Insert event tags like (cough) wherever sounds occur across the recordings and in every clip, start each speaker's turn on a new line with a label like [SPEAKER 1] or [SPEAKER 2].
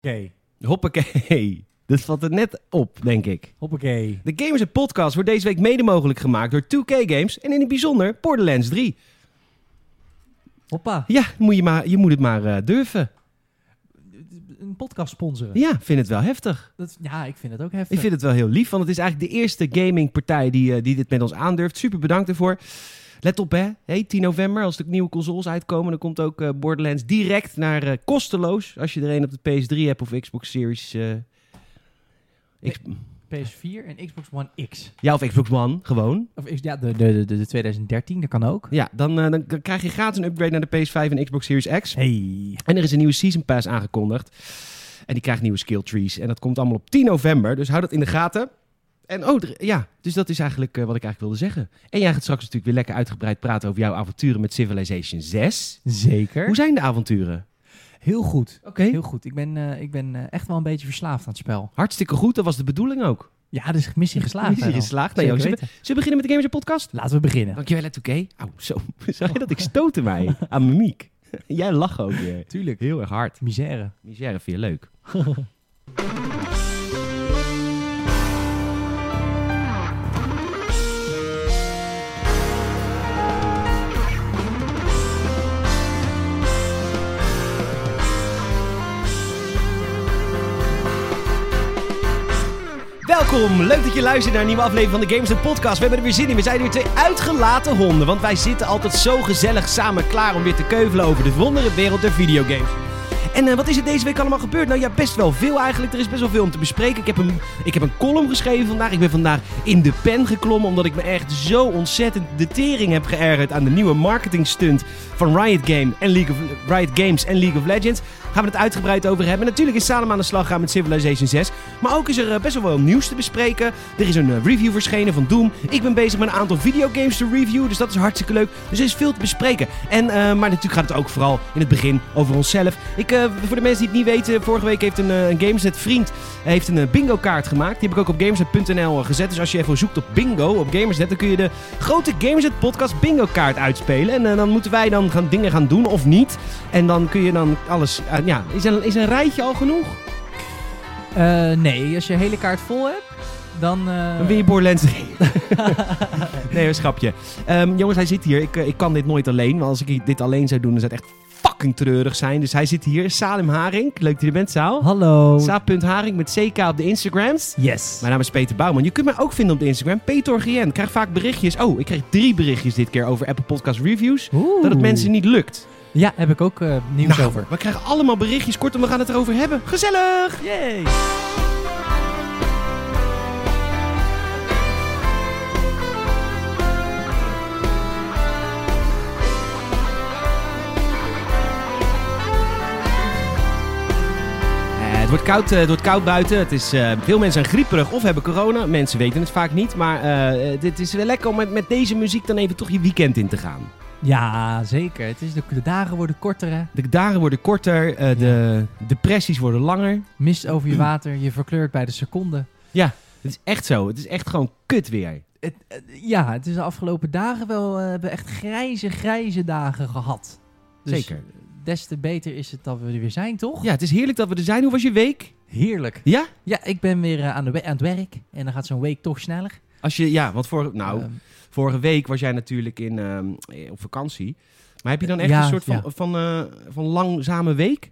[SPEAKER 1] Hoppakee.
[SPEAKER 2] Hoppakee. (laughs) Dat valt er net op, denk ik.
[SPEAKER 1] Hoppakee.
[SPEAKER 2] De Gamers en Podcast wordt deze week mede mogelijk gemaakt door 2K Games en in het bijzonder Borderlands 3.
[SPEAKER 1] Hoppa.
[SPEAKER 2] Ja, moet je, maar, je moet het maar eh, durven.
[SPEAKER 1] Een podcast sponsoren.
[SPEAKER 2] Ja, vind het wel heftig.
[SPEAKER 1] Dat, ja, ik vind het ook heftig.
[SPEAKER 2] Ik vind het wel heel lief, want het is eigenlijk de eerste gamingpartij die, eh, die dit met ons aandurft. Super bedankt ervoor. Let op hè, hey, 10 november als er nieuwe consoles uitkomen, dan komt ook eh, Borderlands direct naar eh, kosteloos. Als je er een op de PS3 hebt of Xbox Series... eh, X-
[SPEAKER 1] PS4 en Xbox One X.
[SPEAKER 2] ja, of Xbox One, gewoon.
[SPEAKER 1] Of is, ja, de, de, de, de 2013, dat kan ook.
[SPEAKER 2] Ja, dan, eh, dan dan krijg je gratis een upgrade naar de PS5 en Xbox Series X.
[SPEAKER 1] Hey.
[SPEAKER 2] En er is een nieuwe Season Pass aangekondigd. En die krijgt nieuwe skill trees. En dat komt allemaal op 10 november. Dus hou dat in de gaten. En oh, er- ja, dus dat is eigenlijk eh, wat ik eigenlijk wilde zeggen. En jij gaat straks natuurlijk weer lekker uitgebreid praten over jouw avonturen met Civilization 6.
[SPEAKER 1] Zeker.
[SPEAKER 2] Hoe zijn de avonturen?
[SPEAKER 1] Heel goed.
[SPEAKER 2] Oké.
[SPEAKER 1] Heel goed. Ik ben, eh, ik ben eh, echt wel een beetje verslaafd aan het spel.
[SPEAKER 2] Hartstikke goed, dat was de bedoeling ook.
[SPEAKER 1] Ja, dus missie geslaagd.
[SPEAKER 2] Missie
[SPEAKER 1] Wijnald.
[SPEAKER 2] geslaagd. Nou,
[SPEAKER 1] Zeker
[SPEAKER 2] Joost, zullen, we,
[SPEAKER 1] weten.
[SPEAKER 2] zullen we beginnen met de Gamers en Podcast?
[SPEAKER 1] Laten we beginnen.
[SPEAKER 2] Dankjewel, het oké. Au, zo. (laughs) Zag je dat ik stootte mij aan mijn miek? (laughs) Jij lacht ook weer.
[SPEAKER 1] Tuurlijk.
[SPEAKER 2] Heel erg hard.
[SPEAKER 1] Misère.
[SPEAKER 2] Misère vind je leuk. Welkom, leuk dat je luistert naar een nieuwe aflevering van de Games en Podcast. We hebben er weer zin in, we zijn weer twee uitgelaten honden, want wij zitten altijd zo gezellig samen klaar om weer te keuvelen over de wondere wereld der videogames. En eh, wat is er deze week allemaal gebeurd? Nou ja, best wel veel eigenlijk. Er is best wel veel om te bespreken. Ik heb een, ik heb een column geschreven vandaag. Ik ben vandaag in de pen geklommen omdat ik me echt zo ontzettend de tering heb geërgerd aan de nieuwe marketingstunt van Riot, Game en League of, Riot Games en League of Legends. Gaan we het uitgebreid over hebben. En natuurlijk is Salem aan de slag gaan met Civilization 6. Maar ook is er eh, best wel wel nieuws te bespreken. Er is een eh, review verschenen van Doom. Ik ben bezig met een aantal videogames te reviewen. Dus dat is hartstikke leuk. Dus er is veel te bespreken. En, eh, maar natuurlijk gaat het ook vooral in het begin over onszelf. Ik, eh, voor de mensen die het niet weten, vorige week heeft een, eh, een Gamesnet vriend heeft een eh, bingo kaart gemaakt. Die heb ik ook op gamesnet.nl gezet. Dus als je even zoekt op bingo op Gamesnet, dan kun je de grote Gamesnet podcast bingo kaart uitspelen. En eh, dan moeten wij dan gaan dingen gaan doen of niet. En dan kun je dan alles... eh, ja, is een, is een rijtje al genoeg?
[SPEAKER 1] Eh, nee, als je een hele kaart vol hebt, dan... eh,
[SPEAKER 2] Dan ben je Borderlands 3. (laughs) nee, een schapje. Ehm, jongens, hij zit hier. Ik, eh, ik kan dit nooit alleen. Want als ik dit alleen zou doen, dan zou het echt fucking treurig zijn. Dus hij zit hier. Salim Haring. Leuk dat je er bent, Saal.
[SPEAKER 1] Hallo.
[SPEAKER 2] Saal.haring met CK op de Instagrams.
[SPEAKER 1] Yes.
[SPEAKER 2] Mijn naam is Peter Bouwman. Je kunt mij ook vinden op de Instagram. Peter GN. Ik krijg vaak berichtjes. Oh, ik kreeg drie berichtjes dit keer over Apple Podcast Reviews.
[SPEAKER 1] Oeh.
[SPEAKER 2] Dat het mensen niet lukt.
[SPEAKER 1] Ja, heb ik ook eh, nieuws
[SPEAKER 2] Nou,
[SPEAKER 1] over.
[SPEAKER 2] We krijgen allemaal berichtjes. Kortom, we gaan het erover hebben. Gezellig!
[SPEAKER 1] Yay.
[SPEAKER 2] Eh, het, wordt koud, eh, het wordt koud buiten. Het is, eh, veel mensen zijn grieperig of hebben corona. Mensen weten het vaak niet. Maar eh, eh, het is wel lekker om met, met deze muziek dan even toch je weekend in te gaan.
[SPEAKER 1] Ja, zeker. Het is de, de dagen worden korter, hè.
[SPEAKER 2] De dagen worden korter. eh, de depressies worden langer.
[SPEAKER 1] Mist
[SPEAKER 2] (clears throat)
[SPEAKER 1] over je water, je verkleurt bij de seconde.
[SPEAKER 2] Het is echt zo. Het is echt gewoon kut weer.
[SPEAKER 1] Het, eh, ja, het is de afgelopen dagen wel... eh, we hebben echt grijze, grijze dagen gehad. Dus
[SPEAKER 2] Zeker.
[SPEAKER 1] des te beter is het dat we er weer zijn, toch?
[SPEAKER 2] Ja, het is heerlijk dat we er zijn. Hoe was je week?
[SPEAKER 1] Heerlijk.
[SPEAKER 2] Ja?
[SPEAKER 1] Ja, ik ben weer eh, aan, de, we- aan het werk. En dan gaat zo'n week toch sneller.
[SPEAKER 2] Als je, ja, want vorige, nou,
[SPEAKER 1] Ehm,
[SPEAKER 2] vorige week was jij natuurlijk in, ehm, eh, op vakantie. Maar heb je dan echt
[SPEAKER 1] Ja,
[SPEAKER 2] een soort van,
[SPEAKER 1] ja.
[SPEAKER 2] van, eh, van langzame week?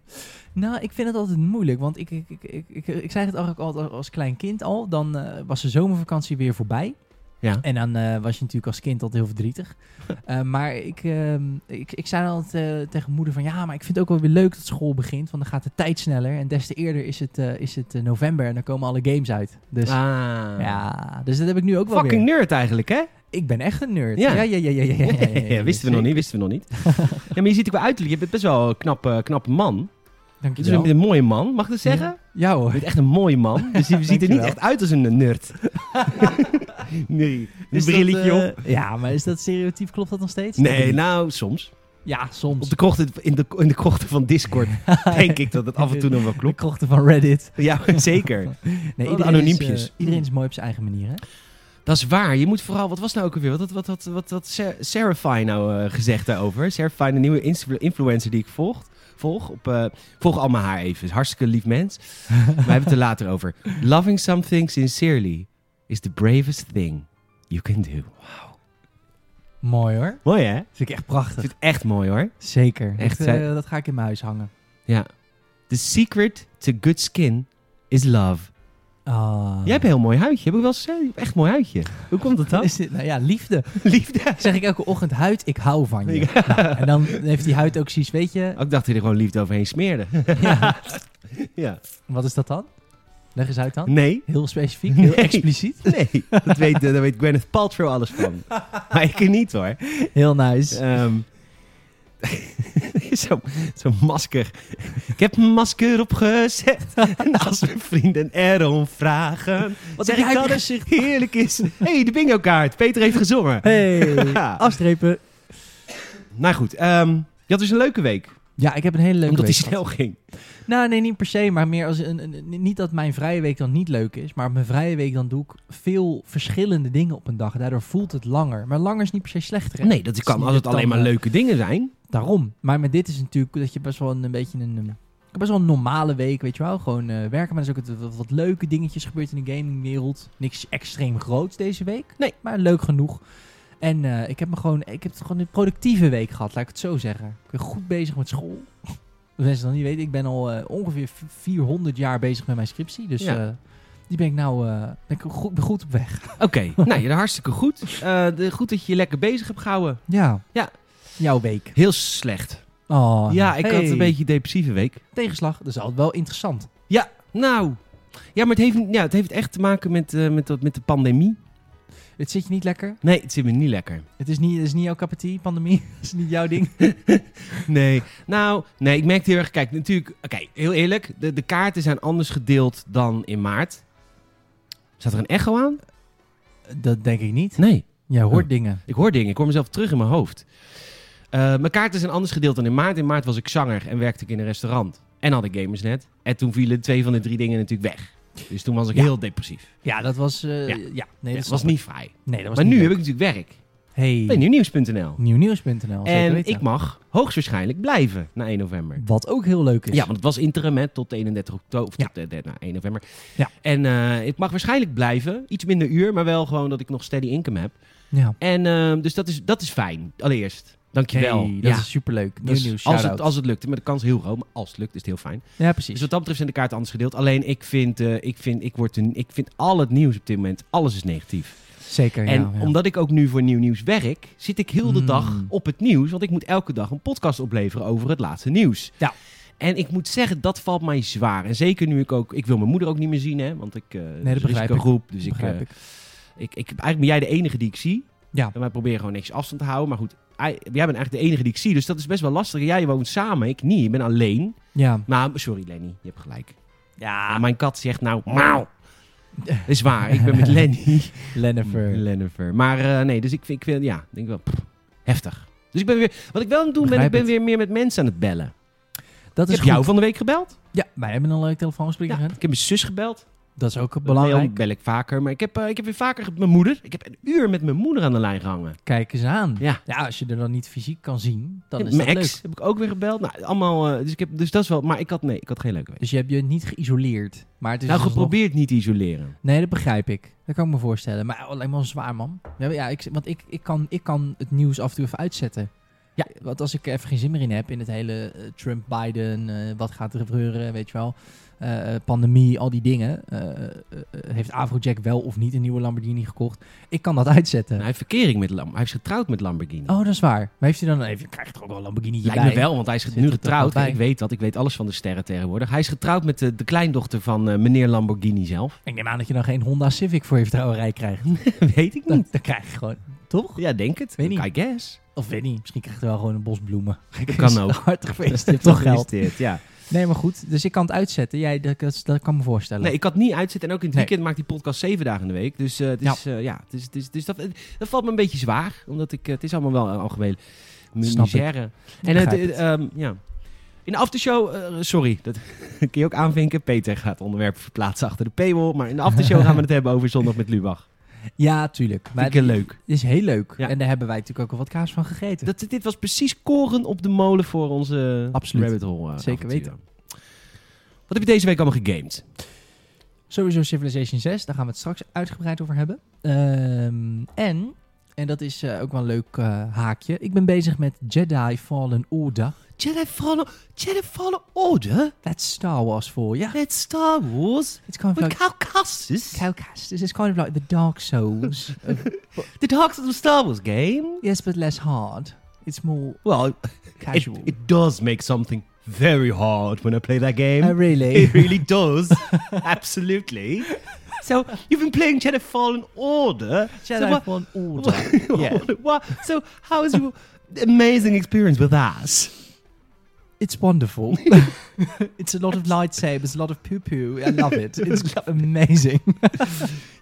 [SPEAKER 1] Nou, ik vind het altijd moeilijk, want ik, ik, ik, ik, ik, ik zei het ook altijd als klein kind al. Dan eh, was de zomervakantie weer voorbij.
[SPEAKER 2] Ja.
[SPEAKER 1] En dan eh, was je natuurlijk als kind altijd heel
[SPEAKER 2] (laughs)
[SPEAKER 1] verdrietig. Eh, maar ik, ehm, ik, ik zei altijd eh, tegen moeder van... Ja, maar ik vind het ook wel weer leuk dat school begint. Want dan gaat de tijd sneller. En des te eerder is het, eh, is het eh, november en dan komen alle games uit. Dus,
[SPEAKER 2] ah.
[SPEAKER 1] ja, dus dat heb ik nu ook wel
[SPEAKER 2] Fucking
[SPEAKER 1] weer.
[SPEAKER 2] nerd eigenlijk, hè?
[SPEAKER 1] Ik ben echt een nerd.
[SPEAKER 2] Ja.
[SPEAKER 1] ja, ja, ja. ja, ja, ja, ja, ja,
[SPEAKER 2] (laughs)
[SPEAKER 1] ja,
[SPEAKER 2] Ja, wisten we nog niet, wisten we nog niet. ja, maar je ziet er wel uiterlijk, je bent best wel een knappe, knappe man.
[SPEAKER 1] Dank
[SPEAKER 2] Het
[SPEAKER 1] je
[SPEAKER 2] is een,
[SPEAKER 1] wel.
[SPEAKER 2] een mooie man, mag ik dat zeggen?
[SPEAKER 1] Ja hoor.
[SPEAKER 2] Je bent echt een mooie man, dus
[SPEAKER 1] (laughs)
[SPEAKER 2] je ziet er niet
[SPEAKER 1] Dankjewel.
[SPEAKER 2] echt uit als een
[SPEAKER 1] (laughs)
[SPEAKER 2] nerd. nee, een
[SPEAKER 1] Is dat,
[SPEAKER 2] brilletje
[SPEAKER 1] eh,
[SPEAKER 2] op.
[SPEAKER 1] Ja, maar is dat stereotyp? Klopt dat nog steeds?
[SPEAKER 2] Nee, nou, soms.
[SPEAKER 1] Ja,
[SPEAKER 2] Op
[SPEAKER 1] soms.
[SPEAKER 2] de krochten, in, de, in de krochten van
[SPEAKER 1] (laughs)
[SPEAKER 2] Discord denk ik dat het af en toe nog wel
[SPEAKER 1] De
[SPEAKER 2] klopt.
[SPEAKER 1] krochten van Reddit.
[SPEAKER 2] Ja, (laughs) zeker.
[SPEAKER 1] Nee,
[SPEAKER 2] Alle
[SPEAKER 1] Is,
[SPEAKER 2] anoniempjes.
[SPEAKER 1] eh, iedereen is mooi op zijn eigen manier, hè?
[SPEAKER 2] Dat is waar. Je moet vooral... Wat was nou ook alweer? Wat had wat, wat, wat, wat Ser- Serafine nou eh, gezegd daarover? Serafine, een nieuwe Insta- influencer die ik volg. volg. Op, eh, volg allemaal haar even. Is hartstikke lief (laughs) mens. We hebben het er later over. Loving something sincerely is the bravest thing you can do.
[SPEAKER 1] Mooi hoor.
[SPEAKER 2] Mooi hè? Ik
[SPEAKER 1] Vind ik echt prachtig.
[SPEAKER 2] vind het echt mooi hoor.
[SPEAKER 1] Zeker.
[SPEAKER 2] Echt,
[SPEAKER 1] dat,
[SPEAKER 2] zij-
[SPEAKER 1] eh, dat ga ik in mijn huis hangen.
[SPEAKER 2] Ja. The secret to good skin is love.
[SPEAKER 1] Ah.
[SPEAKER 2] Jij hebt een heel mooi huidje. Heb ik wel eens gezegd? Je hebt echt een mooi huidje. Hoe komt (laughs) dat dan?
[SPEAKER 1] Is dit, nou ja, liefde.
[SPEAKER 2] (laughs) Liefde.
[SPEAKER 1] (laughs) Zeg ik elke ochtend, huid, ik hou van je. Nou, en dan heeft die huid ook precies, weet je...
[SPEAKER 2] Ik dacht dat hij er gewoon liefde overheen smeerde.
[SPEAKER 1] (laughs) Ja,
[SPEAKER 2] Ja.
[SPEAKER 1] wat is dat dan? Leg eens uit dan.
[SPEAKER 2] Nee.
[SPEAKER 1] Heel specifiek, heel
[SPEAKER 2] Nee.
[SPEAKER 1] expliciet.
[SPEAKER 2] (laughs) Nee. Dat weet, eh, daar weet Gwyneth Paltrow alles (laughs) van. Maar ik er niet hoor.
[SPEAKER 1] Heel
[SPEAKER 2] (laughs)
[SPEAKER 1] nice.
[SPEAKER 2] Ehm zo, zo masker. Ik heb mijn masker opgezet. En als mijn vrienden erom vragen,
[SPEAKER 1] Wat
[SPEAKER 2] zeg
[SPEAKER 1] heb nou
[SPEAKER 2] ik
[SPEAKER 1] jij
[SPEAKER 2] dat
[SPEAKER 1] op je
[SPEAKER 2] het heerlijk is. hey, de bingo kaart. Peter heeft gezongen.
[SPEAKER 1] Hey, afstrepen.
[SPEAKER 2] Nou goed, ehm, je had dus een leuke week.
[SPEAKER 1] Ja, ik heb een hele leuke
[SPEAKER 2] omdat
[SPEAKER 1] week
[SPEAKER 2] hij snel
[SPEAKER 1] gehad.
[SPEAKER 2] ging.
[SPEAKER 1] Nou, nee, niet per se, maar meer als een, een- Niet dat mijn vrije week dan niet leuk is, maar op mijn vrije week dan doe ik veel verschillende dingen op een dag. Daardoor voelt het langer. Maar langer is niet per se slechter. hè?
[SPEAKER 2] Nee, dat
[SPEAKER 1] is
[SPEAKER 2] kan
[SPEAKER 1] niet
[SPEAKER 2] als het
[SPEAKER 1] dat
[SPEAKER 2] alleen
[SPEAKER 1] dan,
[SPEAKER 2] maar
[SPEAKER 1] eh,
[SPEAKER 2] leuke dingen zijn.
[SPEAKER 1] Daarom. Maar met dit is natuurlijk dat je best wel een, een beetje een... eh, ik heb best wel een normale week, weet je wel. Gewoon eh, werken, maar er is ook wat, wat- wat leuke dingetjes gebeurd in de gamingwereld. Niks extreem groots deze week.
[SPEAKER 2] Nee.
[SPEAKER 1] Maar leuk genoeg. En eh, ik heb me gewoon... Ik heb gewoon een productieve week gehad, laat ik het zo zeggen. Ik ben goed bezig met school. (laughs) Als mensen dat niet weten, ik ben al eh, ongeveer v- 400 jaar bezig met mijn scriptie. Dus
[SPEAKER 2] Ja.
[SPEAKER 1] eh, die ben ik nou eh, ben ik goed, ben goed op weg.
[SPEAKER 2] (laughs) Oké, nou, je hartstikke goed. Eh, de- goed dat je je lekker bezig hebt gehouden.
[SPEAKER 1] Ja.
[SPEAKER 2] Ja.
[SPEAKER 1] Jouw week.
[SPEAKER 2] Heel slecht.
[SPEAKER 1] Oh,
[SPEAKER 2] ja, ik had
[SPEAKER 1] hey.
[SPEAKER 2] een beetje een depressieve week.
[SPEAKER 1] Tegenslag, dat is altijd wel interessant.
[SPEAKER 2] Ja, nou. Ja, maar het heeft, ja, het heeft echt te maken met, eh, met, dat- met de pandemie.
[SPEAKER 1] Het zit je niet lekker?
[SPEAKER 2] Nee, het zit me niet lekker.
[SPEAKER 1] Het is niet, het is niet jouw capatie, pandemie. (laughs) Het is niet jouw ding.
[SPEAKER 2] Nee. Nou, nee, ik merkte heel erg... Kijk, natuurlijk... Oké, heel eerlijk. De, de kaarten zijn anders gedeeld dan in maart. Zat er een echo aan?
[SPEAKER 1] Dat denk ik niet.
[SPEAKER 2] Nee.
[SPEAKER 1] Jij hoort
[SPEAKER 2] Oh.
[SPEAKER 1] dingen.
[SPEAKER 2] Ik hoor dingen. Ik hoor mezelf terug in mijn hoofd. Eh, mijn kaarten zijn anders gedeeld dan in maart. In maart was ik zanger en werkte ik in een restaurant. En had ik gamers net. En toen vielen twee van de drie dingen natuurlijk weg. Dus toen was ik
[SPEAKER 1] Ja.
[SPEAKER 2] heel depressief.
[SPEAKER 1] Ja, dat was... eh,
[SPEAKER 2] Ja.
[SPEAKER 1] ja.
[SPEAKER 2] Ja,
[SPEAKER 1] nee, dat
[SPEAKER 2] dat was
[SPEAKER 1] snap ik.
[SPEAKER 2] niet fijn.
[SPEAKER 1] Nee, dat was
[SPEAKER 2] Maar nu
[SPEAKER 1] niet
[SPEAKER 2] heb
[SPEAKER 1] leuk.
[SPEAKER 2] ik natuurlijk werk.
[SPEAKER 1] Hey,
[SPEAKER 2] Bij nieuwnieuws.nl.
[SPEAKER 1] nieuwnieuws.nl. zeker
[SPEAKER 2] En
[SPEAKER 1] weten.
[SPEAKER 2] ik mag hoogstwaarschijnlijk blijven na 1 november. Dus
[SPEAKER 1] Wat ook heel leuk is.
[SPEAKER 2] Ja, want het was interim hè, tot 31 oktober. Of
[SPEAKER 1] Ja.
[SPEAKER 2] tot eh, de- nou, 1 november.
[SPEAKER 1] Ja.
[SPEAKER 2] En eh, ik mag waarschijnlijk blijven. Iets minder uur, maar wel gewoon dat ik nog steady income heb.
[SPEAKER 1] ja.
[SPEAKER 2] En eh, dus dat is, dat is fijn. Allereerst. Dankjewel.
[SPEAKER 1] Hey, dat
[SPEAKER 2] ja.
[SPEAKER 1] is superleuk.
[SPEAKER 2] Dus
[SPEAKER 1] Nieuw nieuws,
[SPEAKER 2] als,
[SPEAKER 1] shout-out.
[SPEAKER 2] het, als het lukt. Maar de kans is heel groot. Maar als het lukt, is het heel fijn.
[SPEAKER 1] Ja, precies.
[SPEAKER 2] Dus wat dat betreft zijn de kaarten anders gedeeld. Alleen ik vind, eh, ik vind, ik word een, ik vind al het nieuws op dit moment, alles is negatief.
[SPEAKER 1] Zeker,
[SPEAKER 2] en
[SPEAKER 1] ja, ja.
[SPEAKER 2] omdat ik ook nu voor nieuw nieuws werk, zit ik heel de
[SPEAKER 1] Hmm.
[SPEAKER 2] dag op het nieuws. Want ik moet elke dag een podcast opleveren over het laatste nieuws.
[SPEAKER 1] Ja.
[SPEAKER 2] En ik moet zeggen, dat valt mij zwaar. En zeker nu ik ook... Ik wil mijn moeder ook niet meer zien, hè. Want ik... eh
[SPEAKER 1] dat
[SPEAKER 2] is
[SPEAKER 1] begrijp ik.
[SPEAKER 2] risicogroep, Dus ik,
[SPEAKER 1] Begrijp
[SPEAKER 2] eh,
[SPEAKER 1] ik.
[SPEAKER 2] ik, ik, eigenlijk ben jij de enige die ik zie.
[SPEAKER 1] Ja.
[SPEAKER 2] En wij proberen gewoon niks afstand te houden. Maar goed, ei- jij bent eigenlijk de enige die ik zie. Dus dat is best wel lastig. Jij woont samen, ik niet. Ik ben alleen.
[SPEAKER 1] Ja.
[SPEAKER 2] Maar sorry Lenny, je hebt gelijk. Ah,
[SPEAKER 1] Ja.
[SPEAKER 2] mijn kat zegt nou...
[SPEAKER 1] (laughs)
[SPEAKER 2] Mauw. Dat is waar, ik ben met Lenny.
[SPEAKER 1] Lennifer.
[SPEAKER 2] Mm, Lennifer. Maar eh, nee, dus ik, vind- ik vind... Ja, ik denk wel... pff, heftig. Dus ik ben weer... Wat ik wel aan het doen ben, ik
[SPEAKER 1] Begrijp
[SPEAKER 2] ben
[SPEAKER 1] het.
[SPEAKER 2] weer meer met mensen aan het bellen.
[SPEAKER 1] Dat
[SPEAKER 2] ik
[SPEAKER 1] is
[SPEAKER 2] heb
[SPEAKER 1] goed.
[SPEAKER 2] jou van de week gebeld.
[SPEAKER 1] Ja, wij hebben een leuk
[SPEAKER 2] Ja,
[SPEAKER 1] telefoonspreker.
[SPEAKER 2] ik heb mijn zus gebeld.
[SPEAKER 1] Dat is ook
[SPEAKER 2] Leon
[SPEAKER 1] belangrijk.
[SPEAKER 2] bel ik vaker. Maar ik heb, eh, ik heb weer vaker ge- mijn moeder. Ik heb een uur met mijn moeder aan de lijn gehangen.
[SPEAKER 1] Kijk eens aan.
[SPEAKER 2] Ja.
[SPEAKER 1] Ja, als je er dan niet fysiek kan zien, dan is
[SPEAKER 2] Mijn
[SPEAKER 1] dat
[SPEAKER 2] ex
[SPEAKER 1] leuk.
[SPEAKER 2] heb ik ook weer gebeld. Nou, allemaal, eh, dus, ik heb, dus dat is wel... Maar ik had, nee, ik had geen leuke week.
[SPEAKER 1] Dus je hebt je niet geïsoleerd. Maar het is dus
[SPEAKER 2] nou,
[SPEAKER 1] alsnog-
[SPEAKER 2] geprobeerd niet te isoleren.
[SPEAKER 1] Nee, dat begrijp ik. Dat kan ik me voorstellen. Maar oh, lijkt me wel zwaar, man. Ja, maar ja ik, want ik, ik, kan, ik kan het nieuws af en toe even uitzetten.
[SPEAKER 2] Ja.
[SPEAKER 1] Want als ik er even geen zin meer in heb in het hele eh, Trump-Biden, eh, wat gaat er gebeuren, weet je wel. eh, eh, pandemie, al die dingen. eh, eh, eh, heeft Avrojack wel of niet een nieuwe Lamborghini gekocht? Ik kan dat uitzetten.
[SPEAKER 2] Nou, hij heeft verkering met Lam. Hij is getrouwd met Lamborghini.
[SPEAKER 1] Oh, dat is waar. Maar heeft hij dan even... Je krijgt er ook wel een Lamborghini
[SPEAKER 2] Lijkt
[SPEAKER 1] hierbij.
[SPEAKER 2] me wel, want hij is
[SPEAKER 1] Zit
[SPEAKER 2] nu
[SPEAKER 1] er toch
[SPEAKER 2] getrouwd.
[SPEAKER 1] wel bij?
[SPEAKER 2] Ik weet dat. Ik weet alles van de sterren tegenwoordig. Hij is getrouwd met de, de kleindochter van eh, meneer Lamborghini zelf.
[SPEAKER 1] Ik neem aan dat je dan geen Honda Civic voor je vertrouwerij
[SPEAKER 2] (laughs)
[SPEAKER 1] krijgt. (laughs)
[SPEAKER 2] weet ik
[SPEAKER 1] Dan,
[SPEAKER 2] niet.
[SPEAKER 1] dan krijg je gewoon... Toch?
[SPEAKER 2] Ja, denk het.
[SPEAKER 1] Weet niet.
[SPEAKER 2] I guess.
[SPEAKER 1] Of weet niet, misschien krijgt hij wel gewoon een bos bloemen.
[SPEAKER 2] Dat
[SPEAKER 1] (laughs)
[SPEAKER 2] kan ook. (laughs)
[SPEAKER 1] Hartig gefeliciteerd, toch geld.
[SPEAKER 2] Gefeliciteerd, ja.
[SPEAKER 1] Nee, maar goed. Dus ik kan het uitzetten. Jij, dat, dat, dat kan me
[SPEAKER 2] (laughs)
[SPEAKER 1] voorstellen.
[SPEAKER 2] Nee, ik had niet uitzitten. En ook in het
[SPEAKER 1] Nee. Nou.
[SPEAKER 2] weekend maakt die podcast zeven dagen in de week. Dus eh, het is, eh, ja, het is, het is, het is, dat, dat valt me een beetje zwaar. Omdat ik, eh, het is allemaal wel een algemene mi-
[SPEAKER 1] Snap ik.
[SPEAKER 2] misère. En het,
[SPEAKER 1] begrijp
[SPEAKER 2] eh, ehm, ja. In de aftershow, eh, sorry, dat (laughs) kun je ook
[SPEAKER 1] (laughs)
[SPEAKER 2] aanvinken. Peter gaat onderwerpen verplaatsen achter de paywall. Maar in de aftershow gaan we het hebben over Zondag met Lubach.
[SPEAKER 1] Ja, tuurlijk. Maar
[SPEAKER 2] Vind ik heel leuk.
[SPEAKER 1] het is heel leuk.
[SPEAKER 2] Ja.
[SPEAKER 1] En daar hebben wij natuurlijk ook al wat kaas van gegeten.
[SPEAKER 2] Dat, dit was precies koren op de molen voor onze
[SPEAKER 1] Absoluut.
[SPEAKER 2] rabbit hole. eh,
[SPEAKER 1] Zeker
[SPEAKER 2] avonturen. Wat heb je deze week allemaal gegamed?
[SPEAKER 1] Sowieso Civilization 6, daar gaan we het straks uitgebreid over hebben. Ehm, en, en dat is eh, ook wel een leuk eh, haakje, ik ben bezig met Jedi Fallen Order.
[SPEAKER 2] Jedi Fallen, Jedi Fallen Order?
[SPEAKER 1] That's Star Wars voor je.
[SPEAKER 2] Met Star Wars?
[SPEAKER 1] It's kind of
[SPEAKER 2] Met
[SPEAKER 1] like...
[SPEAKER 2] Caucasus?
[SPEAKER 1] Cowcast, this is kind of like the Dark
[SPEAKER 2] (laughs)
[SPEAKER 1] Souls. of-
[SPEAKER 2] The Dark Souls Star Wars game?
[SPEAKER 1] yes, but less hard. It's more
[SPEAKER 2] Well, it,
[SPEAKER 1] casual.
[SPEAKER 2] it does make something very hard when I play that game.
[SPEAKER 1] Oh, really?
[SPEAKER 2] It really does. (laughs) Absolutely. So, you've been playing Jedi Fallen Order. so
[SPEAKER 1] Jedi
[SPEAKER 2] what-
[SPEAKER 1] Fallen Order. Yeah.
[SPEAKER 2] (laughs) What- So, how is your amazing experience with that?
[SPEAKER 1] It's (laughs) wonderful. it's a lot of lightsabers, a lot of poo-poo. I love (laughs) it. It's amazing.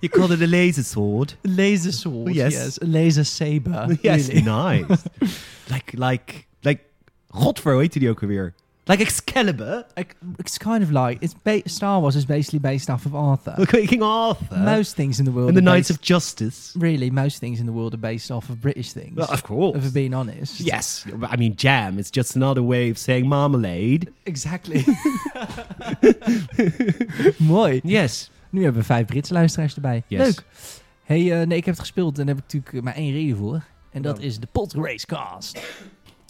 [SPEAKER 2] You call it a laser sword.
[SPEAKER 1] A laser sword,
[SPEAKER 2] Yes.
[SPEAKER 1] yes. A laser (laughs) saber.
[SPEAKER 2] (laughs) yes,
[SPEAKER 1] really.
[SPEAKER 2] (laughs) nice. like, like, like. Godver, hoe heette die ook alweer? Like Excalibur.
[SPEAKER 1] Like, it's kind of like it's ba- Star Wars is basically based off of Arthur.
[SPEAKER 2] King Arthur.
[SPEAKER 1] most things in the world,
[SPEAKER 2] and the
[SPEAKER 1] are
[SPEAKER 2] Knights Ah. of
[SPEAKER 1] based,
[SPEAKER 2] Justice.
[SPEAKER 1] really, most things in the world are based off of British things.
[SPEAKER 2] Well, of course.
[SPEAKER 1] if we're being honest,
[SPEAKER 2] Yes. I mean, jam. It's just another way of saying marmalade.
[SPEAKER 1] exactly. (laughs) Mooi.
[SPEAKER 2] Yes.
[SPEAKER 1] Nu hebben we vijf Britse luisteraars erbij.
[SPEAKER 2] Yes.
[SPEAKER 1] Leuk. Hey, eh, nee, ik heb het gespeeld en daar heb ik natuurlijk maar één reden voor. En dat
[SPEAKER 2] Oh.
[SPEAKER 1] is de Pot Racecast.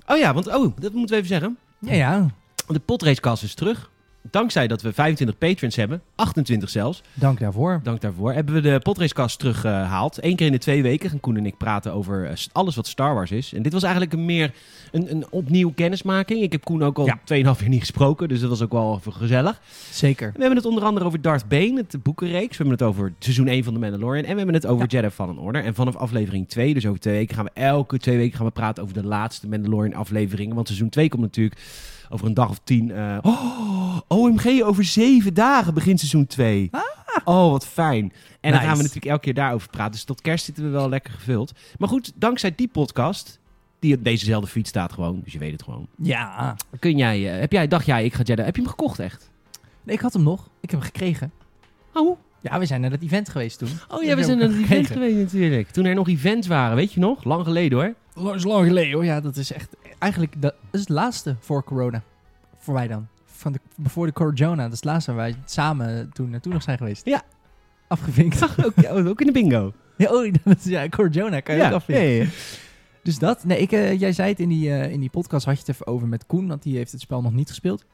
[SPEAKER 2] Oh ja, want oh, dat moeten we even zeggen.
[SPEAKER 1] Ja, ja.
[SPEAKER 2] De potracecast is terug. Dankzij dat we 25 patrons hebben, 28 zelfs,
[SPEAKER 1] Dank daarvoor.
[SPEAKER 2] dank daarvoor, hebben we de potracecast teruggehaald. Eén keer in de twee weken gaan Koen en ik praten over eh, s- alles wat Star Wars is. En dit was eigenlijk een meer een, een opnieuw kennismaking. Ik heb Koen ook al
[SPEAKER 1] Ja.
[SPEAKER 2] 2,5 jaar niet gesproken, dus dat was ook wel even gezellig.
[SPEAKER 1] Zeker.
[SPEAKER 2] We hebben het onder andere over Darth Bane, het boekenreeks. We hebben het over seizoen 1 van The Mandalorian. En we hebben het over Jedi Fallen Order. En vanaf aflevering 2, dus over twee weken, gaan we elke twee weken gaan we praten over de laatste Mandalorian afleveringen. Want seizoen 2 komt natuurlijk over een dag of tien. eh, oh, OMG, over zeven dagen begint seizoen 2. Oh, wat fijn. En dan
[SPEAKER 1] Nice.
[SPEAKER 2] gaan we natuurlijk elke keer daarover praten. Dus tot kerst zitten we wel lekker gevuld. Maar goed, dankzij die podcast, die op dezezelfde fiets staat gewoon, dus je weet het gewoon.
[SPEAKER 1] Ja.
[SPEAKER 2] Kun jij, eh, heb jij, dacht jij, ik ga Jedi, heb je hem gekocht echt?
[SPEAKER 1] Nee, ik had hem nog. Ik heb hem gekregen.
[SPEAKER 2] Oh,
[SPEAKER 1] Ja, we zijn naar dat event geweest toen.
[SPEAKER 2] Oh
[SPEAKER 1] Ik
[SPEAKER 2] ja, we
[SPEAKER 1] heb
[SPEAKER 2] zijn aan
[SPEAKER 1] hem
[SPEAKER 2] het event
[SPEAKER 1] gekregen.
[SPEAKER 2] geweest natuurlijk. Toen er nog events waren, weet je nog? Lang geleden hoor.
[SPEAKER 1] Dat is lang geleden hoor. Ja, dat is echt... Eigenlijk, dat is het laatste voor corona. Voor wij dan. Van de, voor de corona. Dat is het laatste waar wij samen toen naartoe nog zijn geweest.
[SPEAKER 2] Ja. (laughs)
[SPEAKER 1] Afgevinkt.
[SPEAKER 2] ook, ook in de bingo.
[SPEAKER 1] Ja, oh, dat is, ja, corona kan je
[SPEAKER 2] ja,
[SPEAKER 1] ook afvinken. Dus dat. Nee, ik, eh, jij zei het in die, eh, in die podcast, had je het even over met Koen, want die heeft het spel nog niet gespeeld.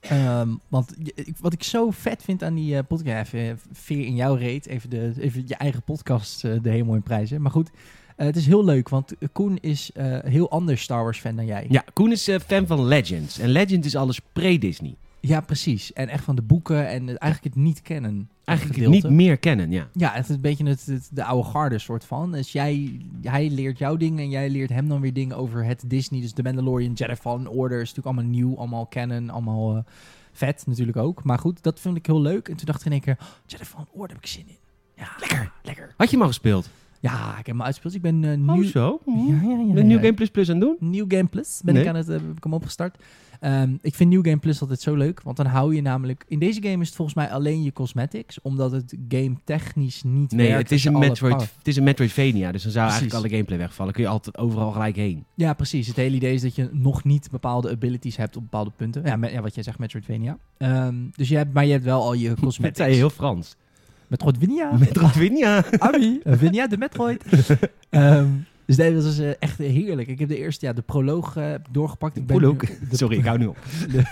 [SPEAKER 1] Ehm, want je- ik- wat ik zo vet vind aan die eh, podcast, even eh, veer in jouw reet, even, de, even je eigen podcast eh, de hemel in prijzen. Maar goed, eh, het is heel leuk, want Koen is eh, heel anders Star Wars fan dan jij.
[SPEAKER 2] Ja, Koen is eh, fan van Legends. En Legend is alles pre-Disney.
[SPEAKER 1] Ja, precies. En echt van de boeken en eh, eigenlijk het niet kennen.
[SPEAKER 2] Eigenlijk het
[SPEAKER 1] gedeelte.
[SPEAKER 2] niet meer kennen, ja.
[SPEAKER 1] Ja, het is een beetje het, het- de oude garde soort van. Dus jij, hij leert jou dingen en jij leert hem dan weer dingen over het Disney. Dus de Mandalorian, Jedi Fallen Order is natuurlijk allemaal nieuw, allemaal kennen, allemaal eh, vet natuurlijk ook. Maar goed, dat vond ik heel leuk. En toen dacht ik in één keer, oh, Jedi Fallen Order heb ik zin in. Ja, lekker, lekker.
[SPEAKER 2] Had je hem al gespeeld?
[SPEAKER 1] Ja, ik heb hem uitgespeeld. Ik ben eh
[SPEAKER 2] Oh,
[SPEAKER 1] nieuw...
[SPEAKER 2] zo.
[SPEAKER 1] Ja, ja, ja,
[SPEAKER 2] Met
[SPEAKER 1] ja.
[SPEAKER 2] New Game Plus Plus aan doen?
[SPEAKER 1] New Game Plus ben
[SPEAKER 2] Nee.
[SPEAKER 1] ik aan het, eh, heb ik hem opgestart. Ehm, ik vind New Game Plus altijd zo leuk, want dan hou je namelijk... In deze game is het volgens mij alleen je cosmetics, omdat het game technisch niet
[SPEAKER 2] Nee,
[SPEAKER 1] werkt.
[SPEAKER 2] het
[SPEAKER 1] als
[SPEAKER 2] is,
[SPEAKER 1] je
[SPEAKER 2] een
[SPEAKER 1] alle
[SPEAKER 2] Metroid,
[SPEAKER 1] power-
[SPEAKER 2] het is een Metroidvania, dus dan zou
[SPEAKER 1] Precies.
[SPEAKER 2] eigenlijk alle gameplay wegvallen. Kun je altijd overal gelijk heen.
[SPEAKER 1] Ja, precies. Het hele idee is dat je nog niet bepaalde abilities hebt op bepaalde punten. Ja, me- ja wat jij zegt, Metroidvania. Ehm dus je hebt, maar je hebt wel al
[SPEAKER 2] (laughs)
[SPEAKER 1] je
[SPEAKER 2] Met
[SPEAKER 1] cosmetics.
[SPEAKER 2] zei je heel Frans. (laughs)
[SPEAKER 1] Metroidvania. Ah,
[SPEAKER 2] Metroidvania.
[SPEAKER 1] Ami. Vinia de
[SPEAKER 2] (laughs)
[SPEAKER 1] Metroid. Ehm, dus nee, dat is eh, echt heerlijk. Ik heb de eerste, ja, de proloog eh, heb ik doorgepakt. Ik ben
[SPEAKER 2] Proloog.
[SPEAKER 1] nu- de-
[SPEAKER 2] Sorry, ik hou nu op. (laughs)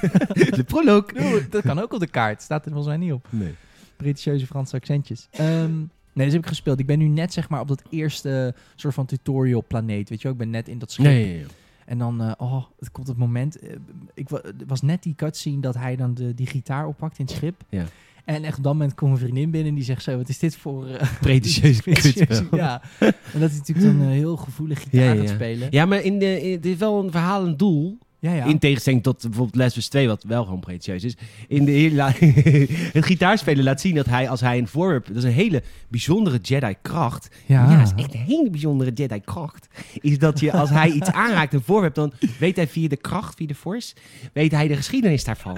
[SPEAKER 2] De proloog.
[SPEAKER 1] Oeh, dat kan ook op de kaart. Staat er volgens mij niet op.
[SPEAKER 2] Nee.
[SPEAKER 1] Britse Franse accentjes. Ehm, nee, dus heb ik gespeeld. Ik ben nu net zeg maar op dat eerste soort van tutorial planeet. Weet je wel, ik ben net in dat schip.
[SPEAKER 2] Nee.
[SPEAKER 1] En dan, eh, oh, het komt het moment. eh, ik wa- er was net die cutscene dat hij dan de, die gitaar oppakt in het schip.
[SPEAKER 2] Ja.
[SPEAKER 1] En echt op dat moment komt een vriendin binnen en die zegt zo, wat is dit voor... eh,
[SPEAKER 2] (laughs) Pretentieus
[SPEAKER 1] (laughs)
[SPEAKER 2] kutspel.
[SPEAKER 1] ja. En dat is natuurlijk dan een heel gevoelig gitaar
[SPEAKER 2] Ja, ja,
[SPEAKER 1] aan het
[SPEAKER 2] ja.
[SPEAKER 1] spelen. Ja,
[SPEAKER 2] Ja, maar in de, in- dit is wel een verhaal en doel.
[SPEAKER 1] ja.
[SPEAKER 2] In tegenstelling tot bijvoorbeeld Lesbos 2, wat wel gewoon pretentieus is. In de, hele la- (laughs) het gitaarspelen laat zien dat hij, als hij een voorwerp... Dat is een hele bijzondere Jedi-kracht. Ja, dat is echt een hele bijzondere Jedi-kracht. Is dat je, als
[SPEAKER 1] (laughs)
[SPEAKER 2] hij iets aanraakt, een voorwerp... dan weet hij via de kracht, via de force... weet hij de geschiedenis daarvan.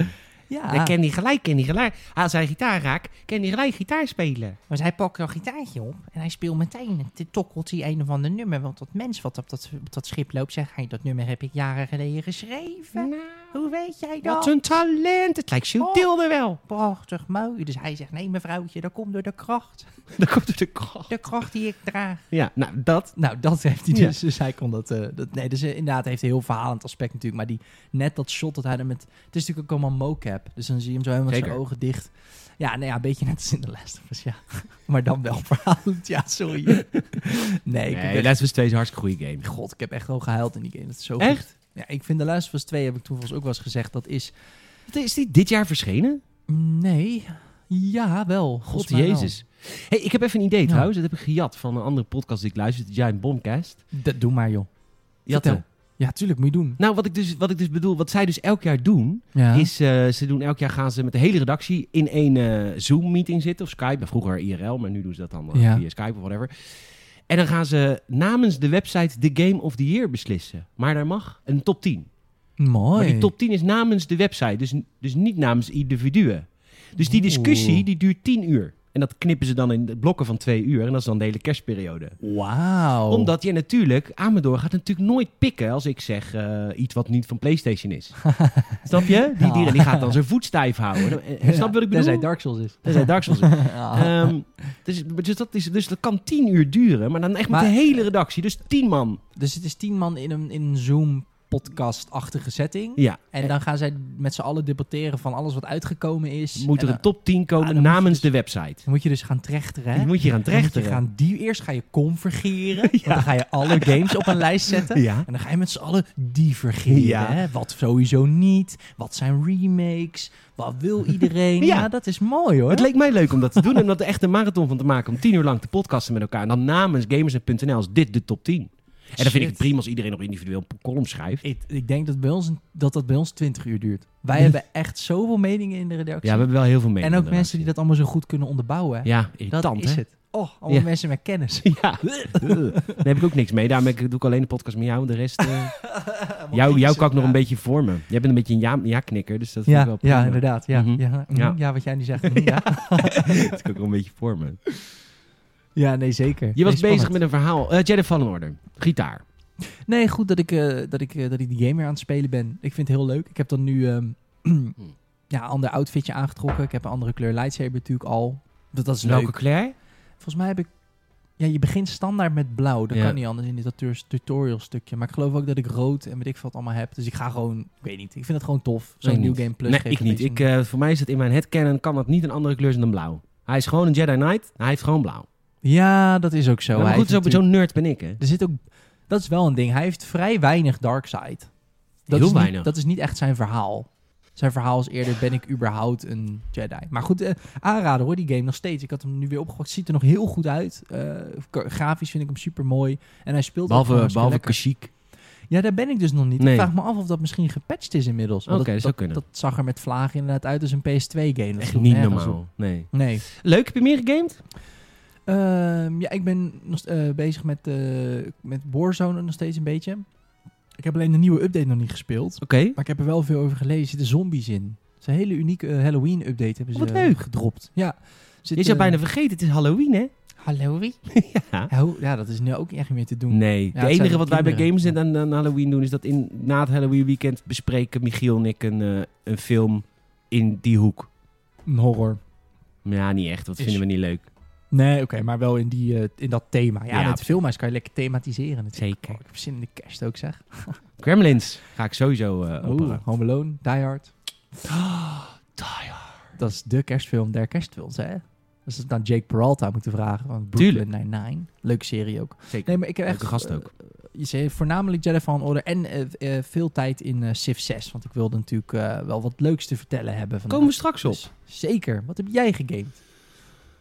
[SPEAKER 1] Ja,
[SPEAKER 2] Dan ken die gelijk, ken die gelijk. Als hij gitaar raakt, ken die gelijk gitaar spelen.
[SPEAKER 1] maar hij pakt een gitaartje op en hij speelt meteen. Dit tokkelt hij een of ander nummer. Want dat mens wat op dat, op dat schip loopt, zegt hij: Dat nummer heb ik jaren geleden geschreven. Hoe weet jij dat?
[SPEAKER 2] Nou, Wat een talent. Het lijkt Jules
[SPEAKER 1] Oh.
[SPEAKER 2] Tilde wel. (laughs)
[SPEAKER 1] Prachtig mooi. Dus hij zegt: Nee, mevrouwtje, dat komt door de kracht.
[SPEAKER 2] Dan komt er de kracht.
[SPEAKER 1] De kracht die ik draag.
[SPEAKER 2] Ja, nou dat.
[SPEAKER 1] (laughs) Nou, dat heeft hij
[SPEAKER 2] Ja.
[SPEAKER 1] dus. Dus hij kon dat, eh, dat... Nee, dus eh, inderdaad heeft hij heel verhalend aspect natuurlijk. Maar die, net dat shot dat hij er met... Het is natuurlijk ook allemaal mocap. Dus dan zie je hem zo helemaal met zijn
[SPEAKER 2] Zeker.
[SPEAKER 1] ogen dicht. Ja, nou ja, een beetje net als in de Last of Us, ja. (laughs) Maar dan wel verhalend, ja, sorry. (laughs) Nee, ik heb
[SPEAKER 2] Nee,
[SPEAKER 1] echt-
[SPEAKER 2] Last of Us 2 is een hartstikke goede game.
[SPEAKER 1] God, ik heb echt wel gehuild in die game. Dat is zo goed.
[SPEAKER 2] Echt?
[SPEAKER 1] Ja, ik vind de Last of Us 2, heb ik toen volgens ook wel eens gezegd, dat is...
[SPEAKER 2] Is die dit jaar verschenen?
[SPEAKER 1] Nee, ja, wel.
[SPEAKER 2] God
[SPEAKER 1] Volgens mij wel.
[SPEAKER 2] jezus. Hey, ik heb even een idee
[SPEAKER 1] Ja.
[SPEAKER 2] trouwens. Dat heb ik gejat van een andere podcast die ik luister. De Giant Bombcast.
[SPEAKER 1] Dat, doe maar, joh.
[SPEAKER 2] Jatte.
[SPEAKER 1] Vertel. Ja, tuurlijk, moet je doen.
[SPEAKER 2] Nou, wat ik, dus, wat ik dus bedoel, wat zij dus elk jaar doen,
[SPEAKER 1] Ja.
[SPEAKER 2] is eh, ze doen elk jaar gaan ze met de hele redactie in één eh, Zoom-meeting zitten of Skype. Nou, vroeger IRL, maar nu doen ze dat dan eh,
[SPEAKER 1] Ja.
[SPEAKER 2] via Skype of whatever. En dan gaan ze namens de website de Game of the Year beslissen. Maar daar mag een top 10.
[SPEAKER 1] Mooi.
[SPEAKER 2] Maar die top 10 is namens de website, dus, dus niet namens individuen. Dus die discussie
[SPEAKER 1] Oeh.
[SPEAKER 2] die duurt 10 uur. En dat knippen ze dan in de blokken van twee uur. En dat is dan de hele kerstperiode.
[SPEAKER 1] Wauw.
[SPEAKER 2] Omdat je natuurlijk, Amador gaat natuurlijk nooit pikken als ik zeg eh, iets wat niet van PlayStation
[SPEAKER 1] (laughs)
[SPEAKER 2] is. snap je? Die dieren die gaat dan zijn voet stijf
[SPEAKER 1] (laughs)
[SPEAKER 2] houden. Eh, eh, Snap je wat ik bedoel?
[SPEAKER 1] Tenzij Dark Souls
[SPEAKER 2] (laughs)
[SPEAKER 1] is.
[SPEAKER 2] Tenzij Dark Souls.
[SPEAKER 1] (laughs)
[SPEAKER 2] is. Ehm, dus, dus, dat is, dus dat kan tien uur duren, maar dan echt met
[SPEAKER 1] Maar-
[SPEAKER 2] de hele redactie. Dus tien man.
[SPEAKER 1] dus het is tien man in een, in een Zoom-podcast-achtige setting.
[SPEAKER 2] Ja.
[SPEAKER 1] En dan gaan zij met z'n allen debatteren van alles wat uitgekomen is.
[SPEAKER 2] Moet
[SPEAKER 1] En
[SPEAKER 2] er
[SPEAKER 1] dan,
[SPEAKER 2] een top 10
[SPEAKER 1] Ah,
[SPEAKER 2] komen
[SPEAKER 1] dan moet je
[SPEAKER 2] namens de website.
[SPEAKER 1] dan moet je dus gaan trechteren, hè?
[SPEAKER 2] Die moet je gaan
[SPEAKER 1] Dan moet je
[SPEAKER 2] trechteren.
[SPEAKER 1] gaan die, eerst ga je
[SPEAKER 2] (laughs)
[SPEAKER 1] convergeren. Want dan ga je alle games op een lijst zetten.
[SPEAKER 2] Ja.
[SPEAKER 1] En dan ga je met z'n allen divergeren.
[SPEAKER 2] Ja.
[SPEAKER 1] Hè? Wat sowieso niet. Wat zijn remakes? Wat wil
[SPEAKER 2] (laughs)
[SPEAKER 1] iedereen?
[SPEAKER 2] Ja.
[SPEAKER 1] ja, dat is mooi hoor.
[SPEAKER 2] Het leek mij leuk om dat te doen en om er echt een marathon van te maken. Om tien uur lang te podcasten met elkaar. En dan namens gamers.nl is dit de top 10. En dan vind ik
[SPEAKER 1] Shit.
[SPEAKER 2] het prima als iedereen nog individueel een column schrijft.
[SPEAKER 1] Ik, ik denk dat, bij ons, dat dat bij ons 20 uur duurt.
[SPEAKER 2] (laughs)
[SPEAKER 1] Wij hebben echt zoveel meningen in de redactie.
[SPEAKER 2] Ja, we hebben wel heel veel meningen.
[SPEAKER 1] En ook
[SPEAKER 2] inderdaad.
[SPEAKER 1] mensen die dat allemaal zo goed kunnen onderbouwen. hè.
[SPEAKER 2] Ja,
[SPEAKER 1] dat
[SPEAKER 2] irritant,
[SPEAKER 1] is
[SPEAKER 2] hè?
[SPEAKER 1] het. Oh, allemaal
[SPEAKER 2] Ja.
[SPEAKER 1] mensen met kennis.
[SPEAKER 2] (laughs)
[SPEAKER 1] (laughs)
[SPEAKER 2] Ja, Ugh. daar heb ik ook niks mee. Daarom heb ik- doe ik alleen de podcast met jou. De rest,
[SPEAKER 1] (laughs)
[SPEAKER 2] eh, jou, jou kan ik nog een beetje vormen. Jij bent een beetje een ja- ja-knikker, dus dat vind ik wel
[SPEAKER 1] Ja,
[SPEAKER 2] prima.
[SPEAKER 1] ja inderdaad. Ja,
[SPEAKER 2] Mhm.
[SPEAKER 1] ja, mhm,
[SPEAKER 2] Ja.
[SPEAKER 1] ja. wat jij nu
[SPEAKER 2] (laughs)
[SPEAKER 1] zegt. mhm, ja.
[SPEAKER 2] Dat kan ik wel een beetje vormen.
[SPEAKER 1] ja, nee, zeker.
[SPEAKER 2] Je was
[SPEAKER 1] Nee,
[SPEAKER 2] bezig
[SPEAKER 1] spannend.
[SPEAKER 2] met een verhaal. Eh Jedi Fallen Order, gitaar.
[SPEAKER 1] Nee, goed dat ik, eh, dat, ik, eh, dat ik die game weer aan het spelen ben. Ik vind het heel leuk. Ik heb dan nu ehm (clears throat)
[SPEAKER 2] Hmm.
[SPEAKER 1] ja, een ander outfitje aangetrokken. Ik heb een andere kleur lightsaber natuurlijk al. Dat, dat is leuk.
[SPEAKER 2] Welke Claire?
[SPEAKER 1] Volgens mij heb ik... Ja, je begint standaard met blauw. Dat
[SPEAKER 2] Ja.
[SPEAKER 1] kan niet anders in dit tutor- tutorial stukje. Maar ik geloof ook dat ik rood en weet ik veel wat allemaal heb. Dus ik ga gewoon... Ik weet niet. Ik vind het gewoon tof.
[SPEAKER 2] Ik
[SPEAKER 1] Zo'n New
[SPEAKER 2] niet.
[SPEAKER 1] Game Plus.
[SPEAKER 2] Nee,
[SPEAKER 1] geeft
[SPEAKER 2] ik
[SPEAKER 1] een
[SPEAKER 2] niet.
[SPEAKER 1] beetje
[SPEAKER 2] Ik, eh, voor mij is het in mijn headcanon, kan dat niet een andere kleur zijn dan blauw. Hij is gewoon een Jedi Knight, hij heeft gewoon blauw.
[SPEAKER 1] een- Ja, dat is ook zo.
[SPEAKER 2] maar
[SPEAKER 1] Hij
[SPEAKER 2] goed,
[SPEAKER 1] heeft
[SPEAKER 2] zo- zo'n
[SPEAKER 1] natuurlijk-
[SPEAKER 2] nerd ben ik, hè.
[SPEAKER 1] Er zit ook... Dat is wel een ding. Hij heeft vrij weinig dark side. Dat
[SPEAKER 2] Heel
[SPEAKER 1] is niet-
[SPEAKER 2] weinig.
[SPEAKER 1] dat is niet echt zijn verhaal. Zijn verhaal is eerder, ben ik überhaupt een Jedi? Maar goed, eh, aanraden hoor, die game nog steeds. Ik had hem nu weer opgekocht. Ziet er nog heel goed uit. Eh, k- grafisch vind ik hem super mooi. En hij speelt ook gewoon
[SPEAKER 2] Behalve,
[SPEAKER 1] hartstikke
[SPEAKER 2] behalve
[SPEAKER 1] lekker.
[SPEAKER 2] Kashyyyk.
[SPEAKER 1] Ja, daar ben ik dus nog niet.
[SPEAKER 2] Nee.
[SPEAKER 1] Ik vraag me af of dat misschien gepatcht is inmiddels. Want
[SPEAKER 2] Oké, dat zou kunnen.
[SPEAKER 1] Dat zag er met vlagen inderdaad uit als een PS2-game. Dat
[SPEAKER 2] Echt
[SPEAKER 1] sloeg
[SPEAKER 2] niet
[SPEAKER 1] nergens op.
[SPEAKER 2] normaal. Nee.
[SPEAKER 1] Nee.
[SPEAKER 2] Leuk, heb je meer gegamed?
[SPEAKER 1] Ehm, ja, ik ben nog, st- eh, bezig met, eh met Warzone nog steeds een beetje. Ik heb alleen de nieuwe update nog niet gespeeld.
[SPEAKER 2] Oké.
[SPEAKER 1] Maar ik heb er wel veel over gelezen. Er zitten zombies in. Het is een hele unieke eh, Halloween-update hebben ze
[SPEAKER 2] Wat leuk.
[SPEAKER 1] gedropt. Ja. Zit,
[SPEAKER 2] Je zou
[SPEAKER 1] eh,
[SPEAKER 2] bijna vergeten, het is Halloween, hè?
[SPEAKER 1] Halloween? (laughs)
[SPEAKER 2] Ja.
[SPEAKER 1] Ja, hoe- ja, dat is nu ook echt niet meer te doen.
[SPEAKER 2] Nee,
[SPEAKER 1] Ja,
[SPEAKER 2] het
[SPEAKER 1] het
[SPEAKER 2] enige
[SPEAKER 1] zijn
[SPEAKER 2] wat wij bij
[SPEAKER 1] kinderen.
[SPEAKER 2] Games en aan, aan Halloween doen... is dat in, na het Halloween weekend bespreken Michiel en ik een, eh, een film in die hoek.
[SPEAKER 1] Een horror.
[SPEAKER 2] Ja, niet echt. Dat
[SPEAKER 1] Is-
[SPEAKER 2] vinden we niet leuk.
[SPEAKER 1] Nee, oké, maar wel in, die, eh, in dat thema.
[SPEAKER 2] Ja,
[SPEAKER 1] Ja, met filmhuis kan je lekker thematiseren natuurlijk.
[SPEAKER 2] Zeker.
[SPEAKER 1] Oh, ik heb zin in de kerst ook, zeg.
[SPEAKER 2] Gremlins ga ik sowieso eh
[SPEAKER 1] Oeh,
[SPEAKER 2] opperen.
[SPEAKER 1] Home Alone, Die
[SPEAKER 2] (gasps)
[SPEAKER 1] Hard. Dat is de kerstfilm der kerstfilms, hè? Dus dat dan Jake Peralta moeten vragen van Brooklyn
[SPEAKER 2] Tuurlijk.
[SPEAKER 1] Nine-Nine. Leuke serie ook.
[SPEAKER 2] Zeker.
[SPEAKER 1] Nee, maar ik heb echt...
[SPEAKER 2] Leuke gast ook.
[SPEAKER 1] eh, je zei voornamelijk Jedi Fallen Order en eh, eh, veel tijd in eh Civ 6. Want ik wilde natuurlijk eh, wel wat leuks te vertellen hebben. vandaag.
[SPEAKER 2] Komen we straks op.
[SPEAKER 1] Dus zeker. Wat heb jij gegamed?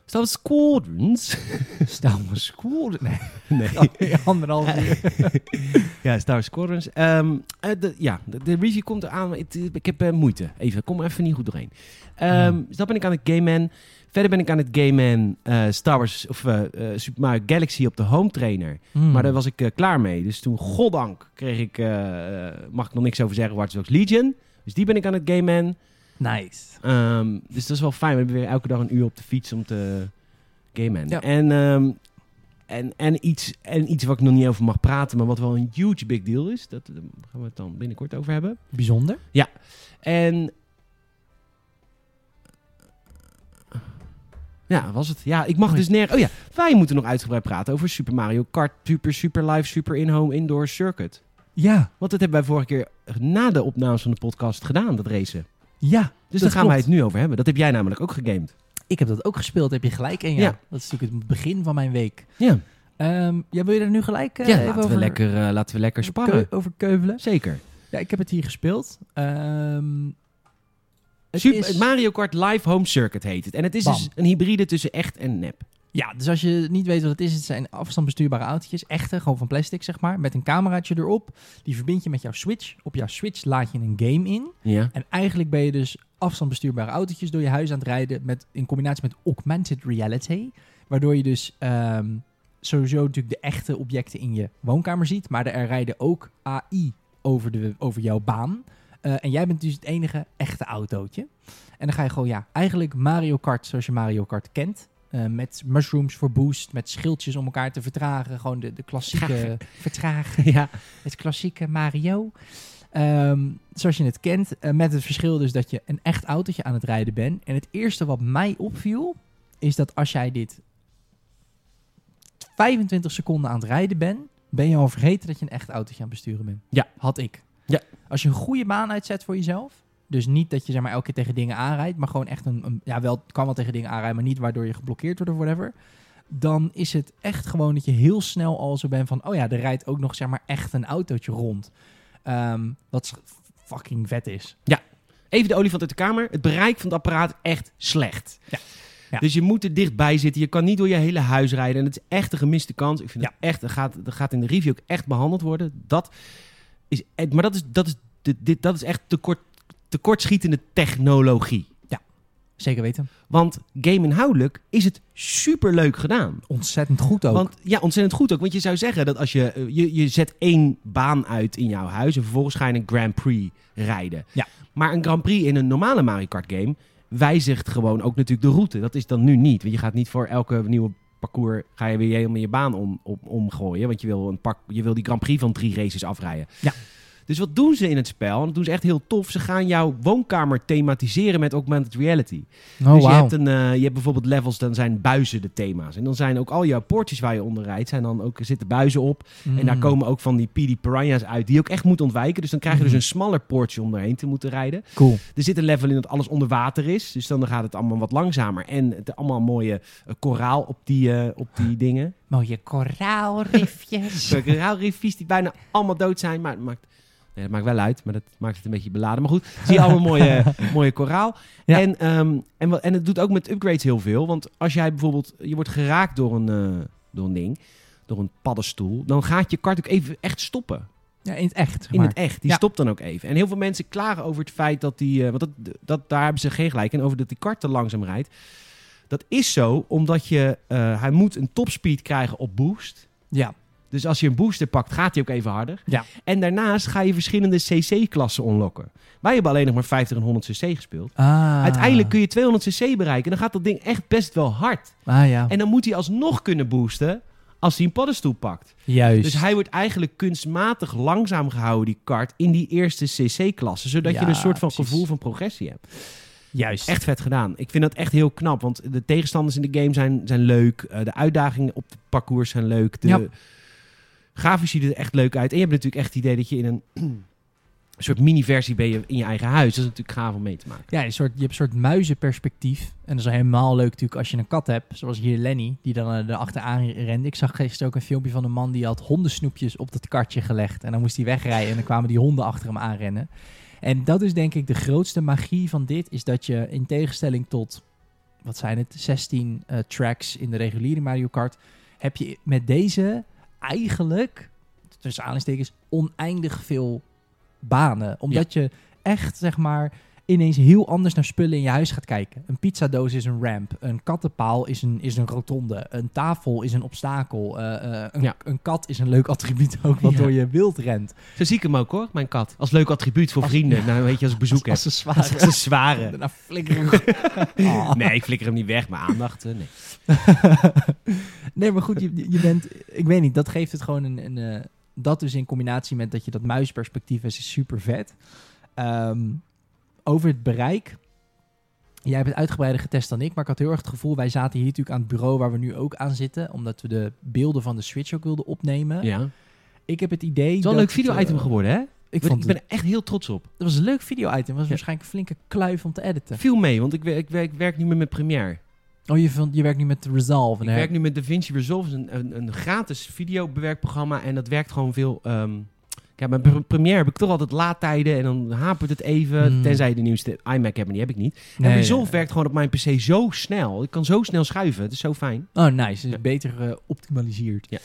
[SPEAKER 2] Star Wars Squadrons.
[SPEAKER 1] Star Wars Squadron. (laughs) Nee,
[SPEAKER 2] nee.
[SPEAKER 1] anderhalf uur.
[SPEAKER 2] Oh. (laughs) Ja, Star Wars Squadrons. Ehm, eh, de, ja, de, de review komt eraan. maar het- ik heb eh, moeite. Even, kom er even niet goed doorheen. Ehm,
[SPEAKER 1] Hmm.
[SPEAKER 2] Dus dat ben ik aan het gamen. Verder ben ik aan het gamen eh, Star Wars of eh, eh, Super Mario Galaxy op de home trainer.
[SPEAKER 1] Hmm.
[SPEAKER 2] Maar daar was ik eh, klaar mee. Dus toen, goddank, kreeg ik, eh, eh, mag ik nog niks over zeggen, Watch Dogs Legion. Dus die ben ik aan het gamen.
[SPEAKER 1] Nice.
[SPEAKER 2] Ehm, dus dat is wel fijn. We hebben weer elke dag een uur op de fiets om te gamen.
[SPEAKER 1] Ja.
[SPEAKER 2] En, ehm, en, en, iets, en iets wat ik nog niet over mag praten, maar wat wel een huge big deal is. Dat, daar gaan we het dan binnenkort over hebben.
[SPEAKER 1] Bijzonder.
[SPEAKER 2] En. Ja, was het. Ja, ik mag
[SPEAKER 1] Mooi.
[SPEAKER 2] dus nergens. Oh ja, wij moeten nog uitgebreid praten over Super Mario Kart, Super Super Live, Super In-Home Indoor Circuit.
[SPEAKER 1] Ja,
[SPEAKER 2] Want dat hebben wij vorige keer na de opnames van de podcast gedaan, dat racen.
[SPEAKER 1] ja.
[SPEAKER 2] Dus
[SPEAKER 1] Dat
[SPEAKER 2] daar gaan
[SPEAKER 1] klopt.
[SPEAKER 2] wij het nu over hebben. Dat heb jij namelijk ook gegamed.
[SPEAKER 1] Ik heb dat ook gespeeld, heb je gelijk. En ja,
[SPEAKER 2] Ja.
[SPEAKER 1] dat is natuurlijk het begin van mijn week.
[SPEAKER 2] Ja,
[SPEAKER 1] Ehm, ja, wil je er nu gelijk eh,
[SPEAKER 2] ja
[SPEAKER 1] even
[SPEAKER 2] laten,
[SPEAKER 1] over,
[SPEAKER 2] we lekker, eh, laten we lekker
[SPEAKER 1] over
[SPEAKER 2] sparren.
[SPEAKER 1] keu- over keuvelen?
[SPEAKER 2] Zeker.
[SPEAKER 1] Ja, ik heb het hier gespeeld. Ehm, het
[SPEAKER 2] Super,
[SPEAKER 1] is-
[SPEAKER 2] Mario Kart Live Home Circuit heet het. En het is
[SPEAKER 1] Bam.
[SPEAKER 2] dus een hybride tussen echt en nep.
[SPEAKER 1] Ja, dus als je niet weet wat het is, het zijn afstandsbestuurbare autootjes. Echte, gewoon van plastic zeg maar. Met een cameraatje erop. Die verbind je met jouw Switch. Op jouw Switch laad je een game in.
[SPEAKER 2] Ja.
[SPEAKER 1] En eigenlijk ben je dus afstandsbestuurbare autootjes door je huis aan het rijden. Met, in combinatie met augmented reality. Waardoor je dus ehm, sowieso natuurlijk de echte objecten in je woonkamer ziet. Maar er rijden ook AI over, de, over jouw baan. Eh, en jij bent dus het enige echte autootje. En dan ga je gewoon, ja, eigenlijk Mario Kart zoals je Mario Kart kent. Eh, met mushrooms voor boost, met schildjes om elkaar te vertragen. Gewoon de, de klassieke (laughs) vertragen.
[SPEAKER 2] ja.
[SPEAKER 1] Het klassieke Mario. Ehm, zoals je het kent. eh, met het verschil dus dat je een echt autootje aan het rijden bent. En het eerste wat mij opviel. Is dat als jij dit 25 seconden aan het rijden bent. Ben je al vergeten dat je een echt autootje aan het besturen bent.
[SPEAKER 2] Ja.
[SPEAKER 1] Had ik.
[SPEAKER 2] Ja.
[SPEAKER 1] Als je een goede baan uitzet voor jezelf. Dus niet dat je zeg maar elke keer tegen dingen aanrijdt. Maar gewoon echt een, een- Ja, wel, het kan wel tegen dingen aanrijden. Maar niet waardoor je geblokkeerd wordt of whatever dan is het echt gewoon dat je heel snel al zo bent van... oh ja, er rijdt ook nog zeg maar echt een autootje rond. Ehm, wat s- fucking vet is.
[SPEAKER 2] Even de olifant uit de kamer. Het bereik van het apparaat echt slecht.
[SPEAKER 1] Ja. Ja.
[SPEAKER 2] Dus je moet er dichtbij zitten. Je kan niet door je hele huis rijden. En het is echt een gemiste kans. Ik vind
[SPEAKER 1] Ja.
[SPEAKER 2] dat echt, dat gaat, dat gaat in de review ook echt behandeld worden. Dat is, eh, maar dat is, dat is, dit, dit- dat is echt tekort, tekortschietende technologie.
[SPEAKER 1] Zeker weten.
[SPEAKER 2] Want game-inhoudelijk is het superleuk gedaan.
[SPEAKER 1] Ontzettend goed ook.
[SPEAKER 2] Want ja, ontzettend goed ook. Want je zou zeggen dat als je, eh, je, je zet één baan uit in jouw huis en vervolgens ga je een Grand Prix rijden.
[SPEAKER 1] Ja.
[SPEAKER 2] Maar een Grand Prix in een normale Mario Kart game wijzigt gewoon ook natuurlijk de route. Dat is dan nu niet. Want je gaat niet voor elke nieuwe parcours ga je weer helemaal je baan om, om, omgooien. Want je wil, een pak, je wil die Grand Prix van drie races afrijden.
[SPEAKER 1] Ja.
[SPEAKER 2] Dus wat doen ze in het spel? En dat doen ze echt heel tof. Ze gaan jouw woonkamer thematiseren met augmented reality
[SPEAKER 1] oh,
[SPEAKER 2] dus je,
[SPEAKER 1] wauw.
[SPEAKER 2] hebt een, eh, je hebt bijvoorbeeld levels, dan zijn buizen de thema's. En dan zijn ook al jouw poortjes waar je onder rijdt, zijn dan ook, er zitten buizen op. En daar
[SPEAKER 1] Mm.
[SPEAKER 2] komen ook van die PD Piranha's uit, die je ook echt moet ontwijken. Dus dan krijg je dus
[SPEAKER 1] Mhm.
[SPEAKER 2] een smaller poortje om erheen te moeten rijden.
[SPEAKER 1] Cool.
[SPEAKER 2] Er zit een level in dat alles onder water is. Dus dan gaat het allemaal wat langzamer. En het allemaal mooie eh, koraal op die, eh, op
[SPEAKER 1] (laughs)
[SPEAKER 2] die dingen.
[SPEAKER 1] Mooie koraalrifjes.
[SPEAKER 2] De koraalriffies die bijna allemaal dood zijn. Maar het maakt, nee, dat maakt wel uit, maar dat maakt het een beetje beladen. Maar goed, zie je
[SPEAKER 1] (laughs)
[SPEAKER 2] allemaal mooie, mooie koraal.
[SPEAKER 1] Ja.
[SPEAKER 2] En, ehm, en, wat- en het doet ook met upgrades heel veel. Want als jij bijvoorbeeld, je wordt geraakt door een, eh, door een ding, door een paddenstoel, dan gaat je kart ook even echt stoppen.
[SPEAKER 1] ja, in het echt. zeg
[SPEAKER 2] In
[SPEAKER 1] maar.
[SPEAKER 2] het echt. Die
[SPEAKER 1] Ja.
[SPEAKER 2] stopt dan ook even. En heel veel mensen klagen over het feit dat die. eh, want dat, dat, daar hebben ze geen gelijk in. Over dat die kart te langzaam rijdt. Dat is zo omdat je. eh, hij moet een topspeed krijgen op boost.
[SPEAKER 1] Ja.
[SPEAKER 2] Dus als je een booster pakt, gaat hij ook even harder.
[SPEAKER 1] Ja.
[SPEAKER 2] En daarnaast ga je verschillende CC-klassen unlocken. Wij hebben alleen nog maar 50 en 100 CC gespeeld.
[SPEAKER 1] Ah.
[SPEAKER 2] Uiteindelijk kun je 200 CC bereiken. En dan gaat dat ding echt best wel hard.
[SPEAKER 1] Ah ja,
[SPEAKER 2] En dan moet hij alsnog kunnen boosten. Als hij een paddenstoel pakt.
[SPEAKER 1] juist.
[SPEAKER 2] Dus hij wordt eigenlijk kunstmatig langzaam gehouden, die kart, in die eerste CC-klasse. Zodat
[SPEAKER 1] Ja,
[SPEAKER 2] je een soort van
[SPEAKER 1] precies.
[SPEAKER 2] gevoel van progressie hebt.
[SPEAKER 1] juist.
[SPEAKER 2] Echt vet gedaan. Ik vind dat echt heel knap, want de tegenstanders in de game zijn, zijn leuk. eh, de uitdagingen op de parcours zijn leuk. De
[SPEAKER 1] Ja.
[SPEAKER 2] grafisch ziet het er echt leuk uit. En je hebt natuurlijk echt het idee dat je in een (clears throat) soort mini-versie ben je in je eigen huis. Dat is natuurlijk gaaf om mee te maken.
[SPEAKER 1] Ja, een soort, je hebt een soort muizenperspectief. En dat is al helemaal leuk natuurlijk als je een kat hebt. Zoals hier Lenny, die dan eh, erachteraan rende. Ik zag gisteren ook een filmpje van een man die had hondensnoepjes op dat kartje gelegd. En dan moest hij wegrijden en dan kwamen die honden achter hem aanrennen. En dat is denk ik de grootste magie van dit. Is dat je in tegenstelling tot, wat zijn het, 16 eh, tracks in de reguliere Mario Kart. Heb je met deze eigenlijk, tussen aanhalingstekens, oneindig veel banen. Omdat je echt, zeg maar ineens heel anders naar spullen in je huis gaat kijken. Een pizzadoos is een ramp, een kattenpaal is een, is een rotonde, een tafel is een obstakel, eh, eh, een,
[SPEAKER 2] Ja.
[SPEAKER 1] een kat is een leuk attribuut ook wat
[SPEAKER 2] Ja.
[SPEAKER 1] door je wild rent.
[SPEAKER 2] Zo zie ik hem ook hoor, mijn kat. Als leuk attribuut voor
[SPEAKER 1] Als-
[SPEAKER 2] vrienden. Nou, weet je, als ik bezoek heb.
[SPEAKER 1] Als accessoire.
[SPEAKER 2] Als accessoire.
[SPEAKER 1] (laughs) Daarna flikkeren. (laughs) Ah.
[SPEAKER 2] Nee, ik flikker hem niet weg, maar aandacht. eh, Nee.
[SPEAKER 1] nee, maar goed, je, je bent... Ik weet niet, dat geeft het gewoon een... een eh, dat dus in combinatie met dat je dat muisperspectief is, is super vet. Ehm, over het bereik. Jij hebt het uitgebreider getest dan ik, maar ik had heel erg het gevoel... Wij zaten hier natuurlijk aan het bureau waar we nu ook aan zitten. Omdat we de beelden van de Switch ook wilden opnemen.
[SPEAKER 2] Ja. Het
[SPEAKER 1] Ik eh, heb het idee...
[SPEAKER 2] is wel een leuk video-item geworden, hè?
[SPEAKER 1] Ik,
[SPEAKER 2] Ik,
[SPEAKER 1] vond
[SPEAKER 2] ben
[SPEAKER 1] het,
[SPEAKER 2] er echt heel trots op.
[SPEAKER 1] het was een leuk video-item. Het was
[SPEAKER 2] Ja.
[SPEAKER 1] waarschijnlijk een flinke kluif om te editen.
[SPEAKER 2] Viel mee, want ik, wer- ik, wer- ik werk nu meer met Premiere.
[SPEAKER 1] Oh, je, vond, je werkt nu met Resolve.
[SPEAKER 2] Ik
[SPEAKER 1] hè?
[SPEAKER 2] werk nu met DaVinci Resolve, dat is een, een, een gratis videobewerkprogramma. En dat werkt gewoon veel... ehm Kijk, met Pre- Premiere heb ik toch altijd laadtijden en dan hapert het even.
[SPEAKER 1] Hmm.
[SPEAKER 2] Tenzij je de nieuwste iMac hebt, maar die heb ik niet.
[SPEAKER 1] Nee, eh,
[SPEAKER 2] en
[SPEAKER 1] ja,
[SPEAKER 2] Resolve
[SPEAKER 1] ja.
[SPEAKER 2] werkt gewoon op mijn PC zo snel. Ik kan zo snel schuiven, het is zo fijn.
[SPEAKER 1] Oh, nice. Dus
[SPEAKER 2] Ja.
[SPEAKER 1] beter eh optimaliseerd.
[SPEAKER 2] Ja.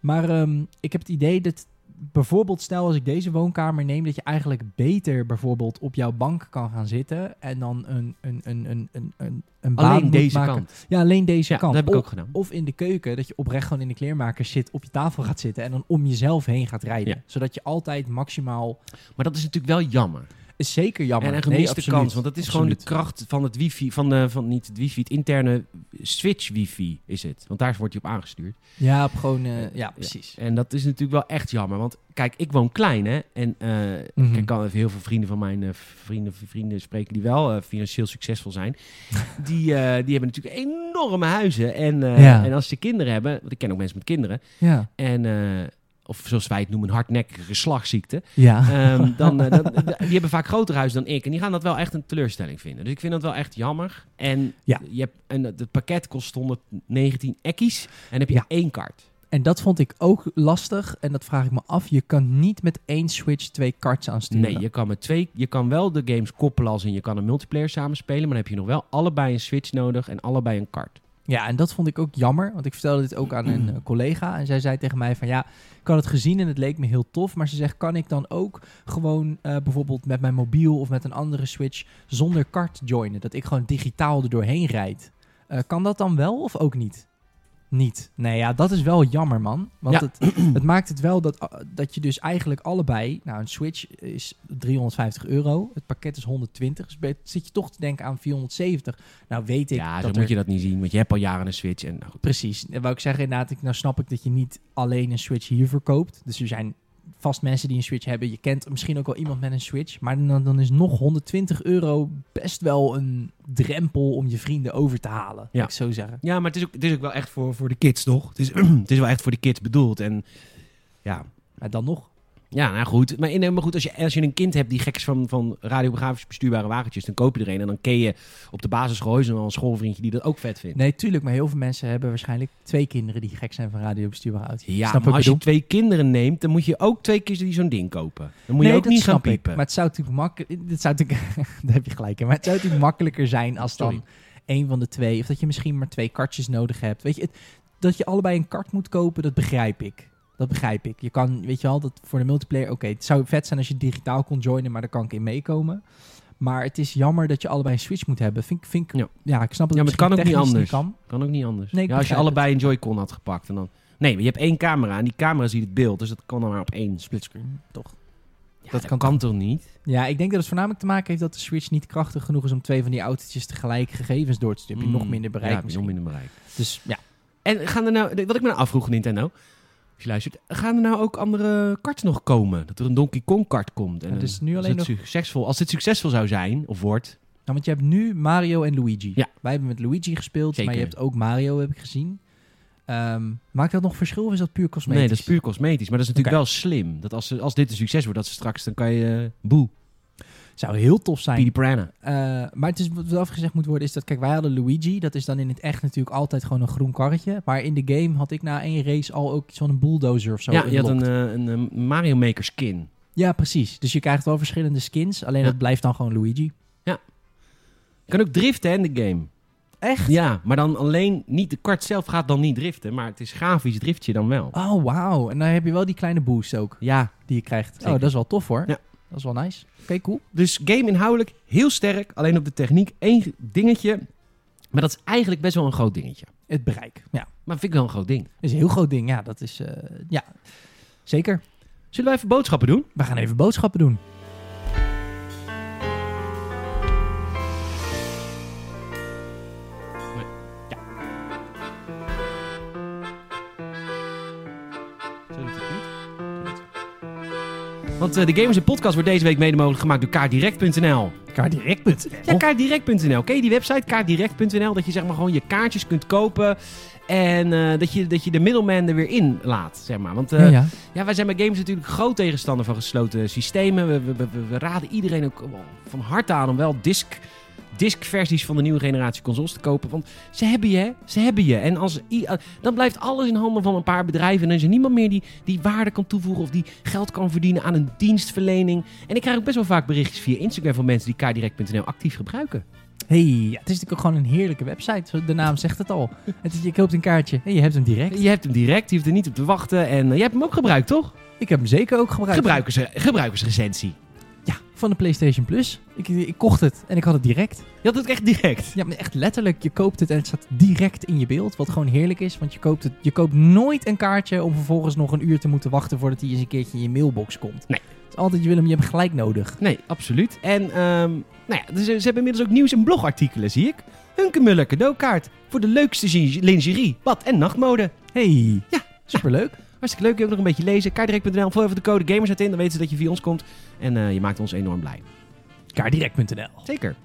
[SPEAKER 1] Maar ehm, ik heb het idee dat bijvoorbeeld stel als ik deze woonkamer neem... dat je eigenlijk beter bijvoorbeeld op jouw bank kan gaan zitten... en dan een, een, een, een, een, een, een baan
[SPEAKER 2] Alleen
[SPEAKER 1] moet
[SPEAKER 2] deze
[SPEAKER 1] maken.
[SPEAKER 2] kant.
[SPEAKER 1] Ja, Oh. alleen deze
[SPEAKER 2] Ja,
[SPEAKER 1] kant.
[SPEAKER 2] dat heb ik
[SPEAKER 1] Of-
[SPEAKER 2] ook gedaan.
[SPEAKER 1] Of in de keuken, dat je oprecht gewoon in de kleermaker zit... op je tafel gaat zitten en dan om jezelf heen gaat rijden.
[SPEAKER 2] Ja.
[SPEAKER 1] Zodat je altijd maximaal...
[SPEAKER 2] Maar dat is natuurlijk wel jammer.
[SPEAKER 1] Is zeker jammer.
[SPEAKER 2] en een
[SPEAKER 1] Nee,
[SPEAKER 2] gemiste
[SPEAKER 1] absoluut.
[SPEAKER 2] kans, want dat is gewoon de
[SPEAKER 1] Absoluut.
[SPEAKER 2] kracht van het wifi, van, de, van niet het wifi, het interne switch wifi is het. Want daar wordt je op aangestuurd.
[SPEAKER 1] Ja, op gewoon... eh, ja, precies.
[SPEAKER 2] En dat is natuurlijk wel echt jammer, want kijk, ik woon klein hè. En eh,
[SPEAKER 1] Mhm.
[SPEAKER 2] ik kan even heel veel vrienden van mijn eh, vrienden, vrienden spreken die wel eh, financieel succesvol
[SPEAKER 1] (laughs)
[SPEAKER 2] zijn. die, eh, die hebben natuurlijk enorme huizen. En, eh,
[SPEAKER 1] Ja.
[SPEAKER 2] en als ze kinderen hebben, want ik ken ook mensen met kinderen.
[SPEAKER 1] Ja.
[SPEAKER 2] En, eh, of zoals wij het noemen, een hardnekkige slagziekte. (laughs)
[SPEAKER 1] Ja. (laughs)
[SPEAKER 2] Ehm, dan, eh, dan- die hebben vaak groter huis dan ik. En die gaan dat wel echt een teleurstelling vinden. Dus ik vind dat wel echt jammer. En,
[SPEAKER 1] Ja.
[SPEAKER 2] je hebt, en het pakket kost 119 ekkies. En dan heb je
[SPEAKER 1] Ja.
[SPEAKER 2] één kaart.
[SPEAKER 1] En dat vond ik ook lastig. En dat vraag ik me af. Je kan niet met één Switch twee karts aansturen.
[SPEAKER 2] Nee, je kan, met twee, je kan wel de games koppelen als in je kan een multiplayer samenspelen. Maar dan heb je nog wel allebei een Switch nodig en allebei een kaart.
[SPEAKER 1] Ja, en dat vond ik ook jammer. Want ik vertelde dit ook aan
[SPEAKER 2] Mm-hmm.
[SPEAKER 1] een eh, collega. En zij zei tegen mij van ja, ik had het gezien en het leek me heel tof. Maar ze zegt, kan ik dan ook gewoon eh, bijvoorbeeld met mijn mobiel of met een andere Switch zonder kart joinen? Dat ik gewoon digitaal er doorheen rijd. Eh, kan dat dan wel of ook niet? Niet. Nee, ja, dat is wel jammer, man. Want
[SPEAKER 2] Ja. (clears throat)
[SPEAKER 1] het, het maakt het wel dat, eh, dat je dus eigenlijk allebei... Nou, een Switch is 350 euro. Het pakket is 120. Dus ben- zit je toch te denken aan 470. Nou, weet ik
[SPEAKER 2] ja,
[SPEAKER 1] dat
[SPEAKER 2] zo
[SPEAKER 1] er-
[SPEAKER 2] moet je dat niet zien. Want je hebt al jaren een Switch. En, nou goed.
[SPEAKER 1] Precies. En wou ik zeggen, inderdaad, ik, nou snap ik dat je niet alleen een Switch hiervoor koopt. Dus er zijn vast mensen die een Switch hebben. Je kent misschien ook wel iemand met een Switch. Maar dan, dan is nog 120 euro best wel een drempel om je vrienden over te halen.
[SPEAKER 2] Ja.
[SPEAKER 1] Laat ik zo zeggen.
[SPEAKER 2] Ja, maar het is ook, het is ook wel echt voor, voor de kids, toch? Het is, (clears throat) het is wel echt voor de kids bedoeld. En ja,
[SPEAKER 1] Maar dan nog.
[SPEAKER 2] Ja, nou goed. Maar, in, maar goed, als je, als je een kind hebt die gek is van, van radiografisch bestuurbare wagentjes, dan koop je er een. En dan ken je op de basisschool is er wel een schoolvriendje die dat ook vet vindt.
[SPEAKER 1] Nee, tuurlijk. Maar heel veel mensen hebben waarschijnlijk twee kinderen die gek zijn van radiobestuurbare auto's.
[SPEAKER 2] Ja,
[SPEAKER 1] snap
[SPEAKER 2] maar
[SPEAKER 1] wat
[SPEAKER 2] als
[SPEAKER 1] ik
[SPEAKER 2] je
[SPEAKER 1] bedoel?
[SPEAKER 2] twee kinderen neemt, dan moet je ook twee keer die zo'n ding kopen. Dan moet je
[SPEAKER 1] nee,
[SPEAKER 2] ook niet gaan
[SPEAKER 1] snap ik.
[SPEAKER 2] piepen.
[SPEAKER 1] Maar het zou natuurlijk makkelijk... Dit zou natuurlijk... (laughs) Daar heb je gelijk in. Maar het zou natuurlijk makkelijker zijn als dan
[SPEAKER 2] Sorry.
[SPEAKER 1] één van de twee... Of dat je misschien maar twee kartjes nodig hebt. Weet je, het- dat je allebei een kart moet kopen, dat begrijp ik. Dat begrijp ik. Je kan, weet je wel, dat voor de multiplayer... Oké, het zou vet zijn als je digitaal kon joinen, maar daar kan ik in meekomen. Maar het is jammer dat je allebei een Switch moet hebben. Vind, ik- vind, ik- ja.
[SPEAKER 2] Ja.
[SPEAKER 1] ik snap dat
[SPEAKER 2] Ja, maar het kan ook niet
[SPEAKER 1] misschien technisch
[SPEAKER 2] anders. Kan ook niet anders.
[SPEAKER 1] Nee, ik
[SPEAKER 2] ja, als je
[SPEAKER 1] begrijp
[SPEAKER 2] allebei een Joy-Con had gepakt en dan... Nee, maar je hebt één camera en die camera ziet het beeld. Dus dat kan dan maar op één splitscreen.
[SPEAKER 1] kan. Toch.
[SPEAKER 2] Mm. Ja,
[SPEAKER 1] Dat
[SPEAKER 2] dat,
[SPEAKER 1] kan Dus
[SPEAKER 2] kan, toch niet?
[SPEAKER 1] Ja, ik denk dat het voornamelijk te maken heeft dat de Switch niet krachtig genoeg is om twee van die autootjes tegelijk gegevens door te sturen. Heb je nog
[SPEAKER 2] Mm.
[SPEAKER 1] minder bereik
[SPEAKER 2] Ja, heb je nog
[SPEAKER 1] misschien.
[SPEAKER 2] minder bereik.
[SPEAKER 1] Dus ja,
[SPEAKER 2] En gaan er nou, wat ik me nou afvroeg, Nintendo, als je luistert, gaan er nou ook andere karts nog komen? Dat er een Donkey Kong kart komt. En
[SPEAKER 1] Ja, dus
[SPEAKER 2] een-
[SPEAKER 1] nu
[SPEAKER 2] als
[SPEAKER 1] alleen
[SPEAKER 2] het succesvol, als dit succesvol zou zijn, of wordt,
[SPEAKER 1] Nou, want je hebt nu Mario en Luigi.
[SPEAKER 2] Ja.
[SPEAKER 1] Wij hebben met Luigi gespeeld,
[SPEAKER 2] Zeker.
[SPEAKER 1] maar je hebt ook Mario, heb ik gezien. Ehm, maakt dat nog verschil of is dat puur cosmetisch?
[SPEAKER 2] nee, dat is puur cosmetisch. Maar dat is natuurlijk wel slim. Dat als, ze- als dit een succes wordt, dat ze straks, dan kan je, eh, boe,
[SPEAKER 1] Zou heel tof zijn.
[SPEAKER 2] Pidi Prana.
[SPEAKER 1] Eh, maar het is, wat wel gezegd moet worden is dat, kijk, wij hadden Luigi. Dat is dan in het echt natuurlijk altijd gewoon een groen karretje. Maar in de game had ik na één race al ook zo'n bulldozer of zo.
[SPEAKER 2] Ja, je had een,
[SPEAKER 1] unlocked.
[SPEAKER 2] eh, een eh, Mario Maker skin.
[SPEAKER 1] ja, precies. Dus je krijgt wel verschillende skins. Alleen
[SPEAKER 2] Ja.
[SPEAKER 1] dat blijft dan gewoon Luigi.
[SPEAKER 2] Je kan ook driften hè, in de game.
[SPEAKER 1] Echt?
[SPEAKER 2] Ja, maar dan alleen niet, de kart zelf gaat dan niet driften, maar het is grafisch driftje dan wel.
[SPEAKER 1] Oh, wauw. En dan heb je wel die kleine boost ook
[SPEAKER 2] Ja,
[SPEAKER 1] die je krijgt.
[SPEAKER 2] Zeker.
[SPEAKER 1] Oh, dat is wel tof hoor.
[SPEAKER 2] Ja.
[SPEAKER 1] Dat is wel nice. Oké, cool.
[SPEAKER 2] Dus game inhoudelijk heel sterk. Alleen op de techniek één dingetje. Maar dat is eigenlijk best wel een groot dingetje.
[SPEAKER 1] Het bereik. Ja,
[SPEAKER 2] Maar vind ik wel een groot ding.
[SPEAKER 1] is een heel groot ding. Ja, dat is... eh, ja, zeker.
[SPEAKER 2] Zullen we even boodschappen doen?
[SPEAKER 1] We gaan even boodschappen doen.
[SPEAKER 2] Want eh, de Gamers in Podcast wordt deze week mede mogelijk gemaakt door kaartdirect.nl.
[SPEAKER 1] Kaardirect.nl
[SPEAKER 2] Ja, kaartdirect.nl. Ken je die website? Kaartdirect.nl. Dat je zeg maar gewoon je kaartjes kunt kopen. En eh, dat, je, dat je de middleman er weer in laat, zeg maar. Want eh,
[SPEAKER 1] ja, ja.
[SPEAKER 2] Ja, wij zijn bij games natuurlijk groot tegenstander van gesloten systemen. We, we, we, we raden iedereen ook van harte aan om wel disc, disc-versies van de nieuwe generatie consoles te kopen. Want ze hebben je, hè? ze hebben je. En als, i- eh, dan blijft alles in handen van een paar bedrijven. En dan is er niemand meer die, die waarde kan toevoegen of die geld kan verdienen aan een dienstverlening. En ik krijg ook best wel vaak berichtjes via Instagram van mensen die kdirect.nl actief gebruiken.
[SPEAKER 1] Hey, ja, het is natuurlijk ook gewoon een heerlijke website. Zo, De naam zegt het al. Het is, je koopt een kaartje en je hebt hem direct.
[SPEAKER 2] Je hebt hem direct, je hoeft er niet op te wachten. En eh, je hebt hem ook gebruikt, toch?
[SPEAKER 1] Ik heb hem zeker ook gebruikt.
[SPEAKER 2] Gebruikers, gebruikersrecensie.
[SPEAKER 1] Ja, van de PlayStation Plus. Ik, ik kocht het en ik had het direct.
[SPEAKER 2] Je had het ook echt direct.
[SPEAKER 1] Ja, maar echt letterlijk. Je koopt het en het staat direct in je beeld. Wat gewoon heerlijk is, want je koopt, het, je koopt nooit een kaartje om vervolgens nog een uur te moeten wachten voordat hij eens een keertje in je mailbox komt.
[SPEAKER 2] Nee.
[SPEAKER 1] Het is altijd, je wil hem, je hebt hem gelijk nodig.
[SPEAKER 2] Nee, absoluut. En ehm, nou ja, ze, ze hebben inmiddels ook nieuws- en blogartikelen, zie ik. Hunkemuller cadeaukaart voor de leukste gi- lingerie, bad en nachtmode.
[SPEAKER 1] Hey.
[SPEAKER 2] Ja.
[SPEAKER 1] Ja, superleuk.
[SPEAKER 2] Hartstikke leuk, je ook nog een beetje lezen. Kaardirect.nl, vul even de code GAMERS uit in, dan weten ze dat je via ons komt. En eh, je maakt ons enorm blij.
[SPEAKER 1] Kaardirect.nl
[SPEAKER 2] Zeker.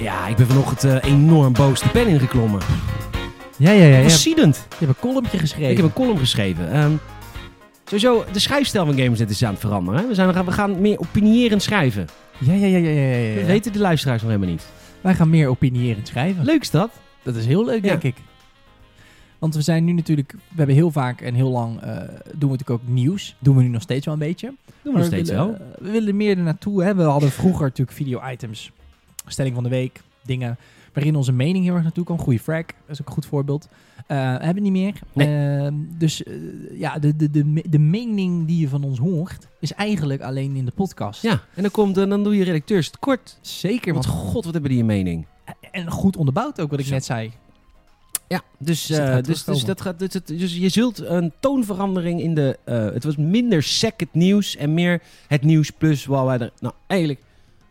[SPEAKER 2] Ja, ik ben vanochtend eh, enorm boos de pen ingeklommen.
[SPEAKER 1] Ja, ja, ja. Je hebt,
[SPEAKER 2] Fascinerend.
[SPEAKER 1] je hebt een columnje geschreven.
[SPEAKER 2] Ik heb een column geschreven. Ehm, sowieso, de schrijfstijl van Gamersnet is aan het veranderen. hè. We, zijn, we gaan meer opinierend schrijven.
[SPEAKER 1] Ja, ja, ja, ja, ja, ja, ja.
[SPEAKER 2] Dat weten de luisteraars nog helemaal niet.
[SPEAKER 1] Wij gaan meer opinierend schrijven.
[SPEAKER 2] Leuk is dat?
[SPEAKER 1] Dat is heel leuk,
[SPEAKER 2] Ja.
[SPEAKER 1] denk ik. Want we zijn nu natuurlijk, we hebben heel vaak en heel lang eh, doen we natuurlijk ook nieuws. Doen we nu nog steeds wel een beetje.
[SPEAKER 2] Doen we nog
[SPEAKER 1] Maar
[SPEAKER 2] steeds
[SPEAKER 1] willen-
[SPEAKER 2] wel.
[SPEAKER 1] eh, We willen meer ernaartoe. Hè? We hadden vroeger natuurlijk video-items. Stelling van de week. Dingen waarin onze mening heel erg naartoe kwam. Goede frag. Dat is ook een goed voorbeeld. Eh, hebben we niet meer. Ehm, dus eh, ja, de, de, de, me- de mening die je van ons hoort... is eigenlijk alleen in de podcast.
[SPEAKER 2] Ja, en dan, komt, eh, dan doe je redacteurs het kort.
[SPEAKER 1] Zeker.
[SPEAKER 2] Want
[SPEAKER 1] Want,
[SPEAKER 2] god, wat hebben die een mening.
[SPEAKER 1] en goed onderbouwd ook, wat ik
[SPEAKER 2] Zo.
[SPEAKER 1] net zei.
[SPEAKER 2] Ja, dus,
[SPEAKER 1] Dus dat
[SPEAKER 2] eh,
[SPEAKER 1] gaat
[SPEAKER 2] dus, dus,
[SPEAKER 1] terugkomen.
[SPEAKER 2] dat gaat, dus, het- dus je zult een toonverandering in de... eh, het was minder sec het nieuws en meer het nieuws plus waar wij er nou eigenlijk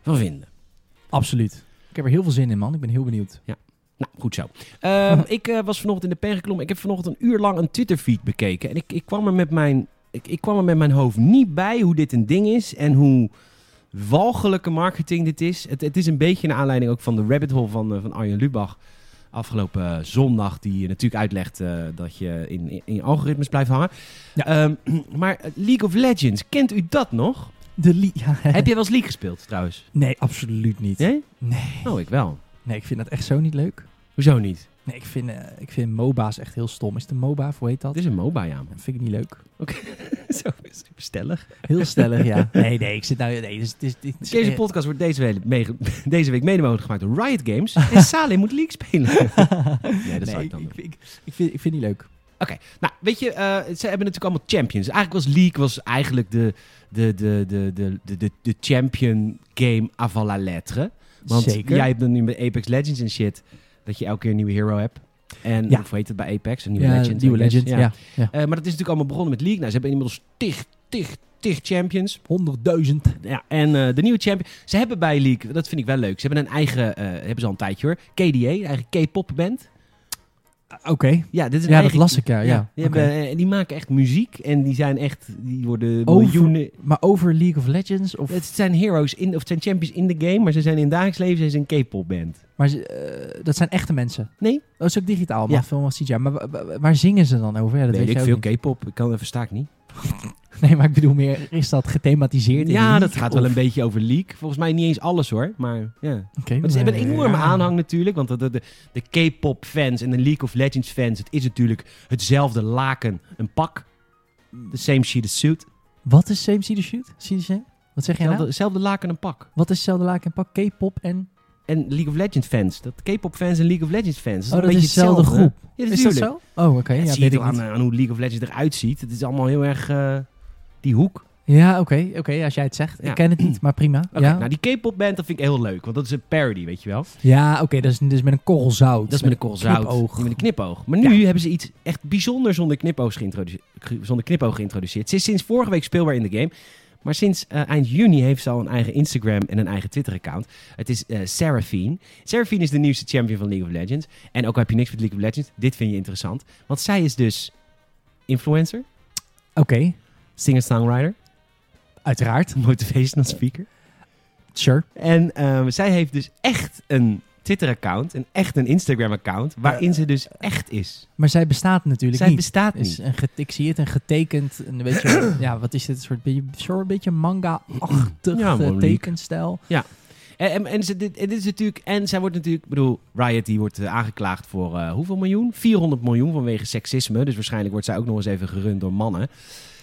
[SPEAKER 2] van vinden.
[SPEAKER 1] Absoluut. Ik heb er heel veel zin in, man. Ik ben heel benieuwd.
[SPEAKER 2] Nou, goed zo. Ehm, ik eh, was vanochtend in de pen geklommen. Ik heb vanochtend een uur lang een Twitter-feed bekeken. En ik, ik, kwam er met mijn, ik, ik kwam er met mijn hoofd niet bij hoe dit een ding is. En hoe walgelijke marketing dit is. Het, het is een beetje naar aanleiding ook van de rabbit hole van, eh, van Arjen Lubach. Afgelopen eh, zondag, die je natuurlijk uitlegt eh, dat je in, in, in je algoritmes blijft hangen.
[SPEAKER 1] Ja.
[SPEAKER 2] Ehm, (clears throat) maar eh, League of Legends, kent u dat nog?
[SPEAKER 1] De li- ja,
[SPEAKER 2] Heb je wel eens League gespeeld trouwens?
[SPEAKER 1] Nee, absoluut niet.
[SPEAKER 2] Nee?
[SPEAKER 1] Nee.
[SPEAKER 2] Oh, ik wel.
[SPEAKER 1] Nee, ik vind dat echt zo niet leuk.
[SPEAKER 2] Hoezo niet?
[SPEAKER 1] Nee, ik vind, eh, ik vind MOBA's echt heel stom. Is het een MOBA of hoe heet dat?
[SPEAKER 2] Het is een MOBA, ja. man.
[SPEAKER 1] Dat vind ik niet leuk.
[SPEAKER 2] (laughs) Zo is het bestellig.
[SPEAKER 1] Heel stellig,
[SPEAKER 2] (laughs)
[SPEAKER 1] ja. Nee, nee, ik zit nou... Nee, dus, het is dit is-
[SPEAKER 2] Deze
[SPEAKER 1] eh,
[SPEAKER 2] podcast wordt deze week, mege- (laughs) deze week mede mogelijk gemaakt door Riot (laughs) Games. En Saleh moet League spelen. nee, dat zou
[SPEAKER 1] nee,
[SPEAKER 2] ik dan doen.
[SPEAKER 1] ik, ik, ik vind, ik vind niet leuk.
[SPEAKER 2] Nou, weet je, eh, ze hebben natuurlijk allemaal champions. Eigenlijk was League was eigenlijk de, de, de, de, de, de, de, de champion game avant la lettre. Want
[SPEAKER 1] Zeker.
[SPEAKER 2] jij hebt dan nu met Apex Legends en shit, dat je elke keer een nieuwe hero hebt. En
[SPEAKER 1] Ja.
[SPEAKER 2] of hoe heet het bij Apex? Een nieuwe
[SPEAKER 1] ja,
[SPEAKER 2] legend.
[SPEAKER 1] Nieuwe
[SPEAKER 2] I guess.
[SPEAKER 1] Legend, ja. ja.
[SPEAKER 2] Eh, maar dat is natuurlijk allemaal begonnen met League. Nou, ze hebben inmiddels tig, tig, tig champions.
[SPEAKER 1] Honderdduizend.
[SPEAKER 2] Ja, en eh, de nieuwe champion. Ze hebben bij League, dat vind ik wel leuk. Ze hebben een eigen, eh, hebben ze al een tijdje hoor. KDA, een eigen K-pop band.
[SPEAKER 1] Ah, Oké.
[SPEAKER 2] Ja, dit is een
[SPEAKER 1] Ja, dat
[SPEAKER 2] eigen-
[SPEAKER 1] las ik, ja. ja.
[SPEAKER 2] die,
[SPEAKER 1] Oké.
[SPEAKER 2] hebben, eh, die maken echt muziek en die zijn echt, die worden
[SPEAKER 1] Over-
[SPEAKER 2] miljoenen.
[SPEAKER 1] Maar over League of Legends? Of,
[SPEAKER 2] Het zijn heroes in, of het zijn champions in de game, maar ze zijn in het dagelijks leven zijn ze een K-pop band.
[SPEAKER 1] maar ze- eh, dat zijn echte mensen.
[SPEAKER 2] Nee,
[SPEAKER 1] Dat is ook digitaal, maar
[SPEAKER 2] Ja.
[SPEAKER 1] film was CGI. Maar wa- wa- wa- waar zingen ze dan over? Ja, dat
[SPEAKER 2] weet ik
[SPEAKER 1] je ook
[SPEAKER 2] veel
[SPEAKER 1] niet.
[SPEAKER 2] K-pop. Ik kan even versta ik niet.
[SPEAKER 1] Nee, maar ik bedoel meer, is dat gethematiseerd? in
[SPEAKER 2] Ja,
[SPEAKER 1] League
[SPEAKER 2] dat gaat wel
[SPEAKER 1] of-
[SPEAKER 2] een beetje over League. Volgens mij niet eens alles hoor, maar ja.
[SPEAKER 1] Oké,
[SPEAKER 2] Maar ze hebben
[SPEAKER 1] maar-
[SPEAKER 2] een enorme
[SPEAKER 1] ja.
[SPEAKER 2] aanhang natuurlijk. Want de, de, de- de K-pop fans en de League of Legends fans, het is natuurlijk hetzelfde laken, een pak. The same sheet as suit.
[SPEAKER 1] Wat is Same See the Shoot? Zie je ze? Wat zeg jij
[SPEAKER 2] Zelfde,
[SPEAKER 1] nou?
[SPEAKER 2] zelfde laken en pak.
[SPEAKER 1] Wat is hetzelfde laken en pak? K-pop en...
[SPEAKER 2] En League of Legends fans. Dat K-pop fans en League of Legends fans.
[SPEAKER 1] oh, dat
[SPEAKER 2] een
[SPEAKER 1] is
[SPEAKER 2] beetje
[SPEAKER 1] dezelfde groep.
[SPEAKER 2] hè? Ja,
[SPEAKER 1] is dat
[SPEAKER 2] natuurlijk.
[SPEAKER 1] zo? Oh, oké.
[SPEAKER 2] Ja,
[SPEAKER 1] Ja,
[SPEAKER 2] zie je
[SPEAKER 1] weet
[SPEAKER 2] toch
[SPEAKER 1] ik
[SPEAKER 2] aan,
[SPEAKER 1] niet.
[SPEAKER 2] aan hoe League of Legends eruit ziet. Het is allemaal heel erg eh, die hoek.
[SPEAKER 1] Ja, oké. oké, als jij het zegt.
[SPEAKER 2] Ja.
[SPEAKER 1] Ik ken het niet, maar prima.
[SPEAKER 2] Oké,
[SPEAKER 1] ja,
[SPEAKER 2] Nou, die K-pop band dat vind ik heel leuk. Want dat is een parody, weet je wel.
[SPEAKER 1] ja oké. dat, is, dat is met een korrel zout.
[SPEAKER 2] Dat is met een korrel zout.
[SPEAKER 1] knipoog.
[SPEAKER 2] Ja, Met een knipoog. Maar nu hebben ze iets echt bijzonder zonder knipoog, geïntroduce- ge- zonder knipoog geïntroduceerd. Ze is sinds vorige week speelbaar in de game. Maar sinds eh, eind juni heeft ze al een eigen Instagram en een eigen Twitter-account. Het is eh Seraphine. Seraphine is de nieuwste champion van League of Legends. En ook al heb je niks met League of Legends, dit vind je interessant. Want zij is dus influencer,
[SPEAKER 1] Oké,
[SPEAKER 2] singer-songwriter, (laughs)
[SPEAKER 1] uiteraard.
[SPEAKER 2] motivational speaker.
[SPEAKER 1] Sure.
[SPEAKER 2] En ehm, zij heeft dus echt een Twitter-account en echt een Instagram-account waarin ze dus echt is.
[SPEAKER 1] Maar zij bestaat natuurlijk
[SPEAKER 2] Zij
[SPEAKER 1] niet.
[SPEAKER 2] bestaat niet.
[SPEAKER 1] is een get- ik zie het, een getekend, een
[SPEAKER 2] (clears throat)
[SPEAKER 1] beetje, ja, wat is dit? Een soort, beetje- soort beetje manga-achtig
[SPEAKER 2] Ja,
[SPEAKER 1] eh,
[SPEAKER 2] Monique.
[SPEAKER 1] tekenstijl.
[SPEAKER 2] En, en, en ze, dit, en dit is natuurlijk, en zij wordt natuurlijk, ik bedoel, Riot die wordt eh, aangeklaagd voor eh, hoeveel miljoen? 400 miljoen vanwege seksisme. Dus waarschijnlijk wordt zij ook nog eens even gerund door mannen.